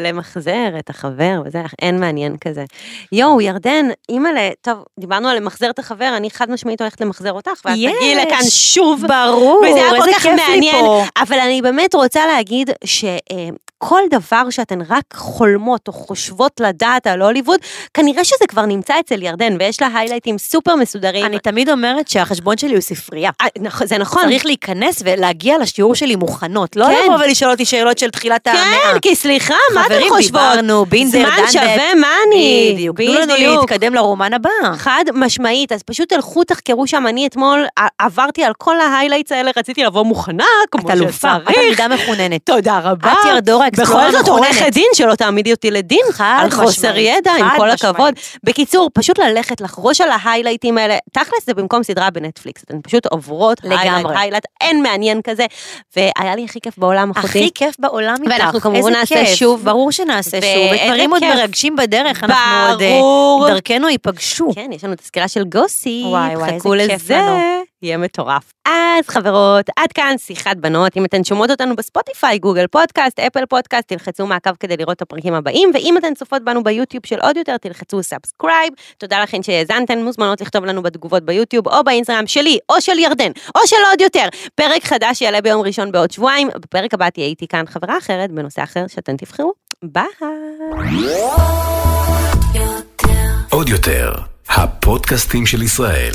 Speaker 2: ולמחזר את החבר וזה, אין מעניין כזה. יואו, ירדן, אימא'לה, טוב, דיברנו על למחזר את החבר, אני חד משמעית הולכת למחזר אותך, ואת
Speaker 3: יש.
Speaker 2: תגיעי לכאן שוב.
Speaker 3: ברור,
Speaker 2: וזה היה כל
Speaker 3: איזה
Speaker 2: כך
Speaker 3: כיף לי
Speaker 2: מעניין,
Speaker 3: פה.
Speaker 2: אבל אני באמת רוצה להגיד שכל דבר שאתן רק חולמות או חושבות לדעת על הוליווד, כנראה שזה כבר נמצא אצל ירדן, ויש לה היילייטים סופר מסודרים.
Speaker 3: אני תמיד אומרת שהחשבון שלי הוא ספרייה.
Speaker 2: אה, נכ- זה נכון.
Speaker 3: צריך להיכנס ולהגיע לשיעור שלי מוכנות, לא
Speaker 2: כן.
Speaker 3: לבוא ולשאול אותי שאלות של תחילת המאה.
Speaker 2: כן, כי סליחה, מה אתן
Speaker 3: חברים,
Speaker 2: חושבות?
Speaker 3: דיברנו, בינדר,
Speaker 2: זמן
Speaker 3: דנדק.
Speaker 2: שווה מאני.
Speaker 3: בדיוק. תנו לנו להתקדם לרומן הבא.
Speaker 2: חד משמעית, אז פשוט תלכו, תחקרו שם, אני אתמול ע- עברתי על כל ההיילייטס האלה, רציתי לבוא מוכנה, כמו
Speaker 3: את אלופה, את
Speaker 2: שצריך.
Speaker 3: עמידה מכוננת.
Speaker 2: תודה רבה.
Speaker 3: את ירדורה האקספלורה
Speaker 2: בכל זאת,
Speaker 3: המכוונת.
Speaker 2: עורכת דין שלא תעמידי אותי לדין
Speaker 3: חד
Speaker 2: על חוסר
Speaker 3: משמעית,
Speaker 2: ידע, עם
Speaker 3: חד
Speaker 2: כל
Speaker 3: משמעית.
Speaker 2: הכבוד. בקיצור, פשוט ללכת, לחרוש על ההיילייטים האלה, תכלס זה במקום סדרה בנטפליקס, אתן פשוט עוברות
Speaker 3: לגמרי.
Speaker 2: היילייט, היילייט, אין מעניין כזה, והיה לי הכי כיף בעולם, אחותי.
Speaker 3: הכי כיף בעולם איתך.
Speaker 2: ואנחנו כמובן
Speaker 3: איזה
Speaker 2: נעשה
Speaker 3: כיף.
Speaker 2: שוב.
Speaker 3: ברור שנעשה
Speaker 2: ו-
Speaker 3: שוב.
Speaker 2: איזה
Speaker 3: ודברים עוד
Speaker 2: כיף.
Speaker 3: מרגשים בדרך, אנחנו עוד... אה,
Speaker 2: ברור.
Speaker 3: דרכנו ייפגשו.
Speaker 2: כן, יש לנו את הסקירה של גוסי,
Speaker 3: וואי, וואי,
Speaker 2: חכו
Speaker 3: איזה כיף
Speaker 2: לזה,
Speaker 3: לנו.
Speaker 2: יהיה מטורף. אז חברות, עד כאן שיחת בנות, אם אתן שומעות אותנו בספוטיפיי, גוגל פודקאסט, אפל פודקאסט, תלחצו מעקב כדי לראות את הפרקים הבאים, ואם אתן צופות בנו ביוטיוב של עוד יותר, תלחצו סאבסקרייב, תודה לכן שהאזנתן, מוזמנות לכתוב לנו בתגובות ביוטיוב, או באינסטגרם שלי, או של ירדן, או של עוד יותר. פרק חדש יעלה ביום ראשון בעוד שבועיים, בפרק הבא תהיה איתי כאן חברה אחרת, בנושא אחר שאתן תבחרו. ביי.
Speaker 1: עוד יותר, הפודקאסטים של ישראל.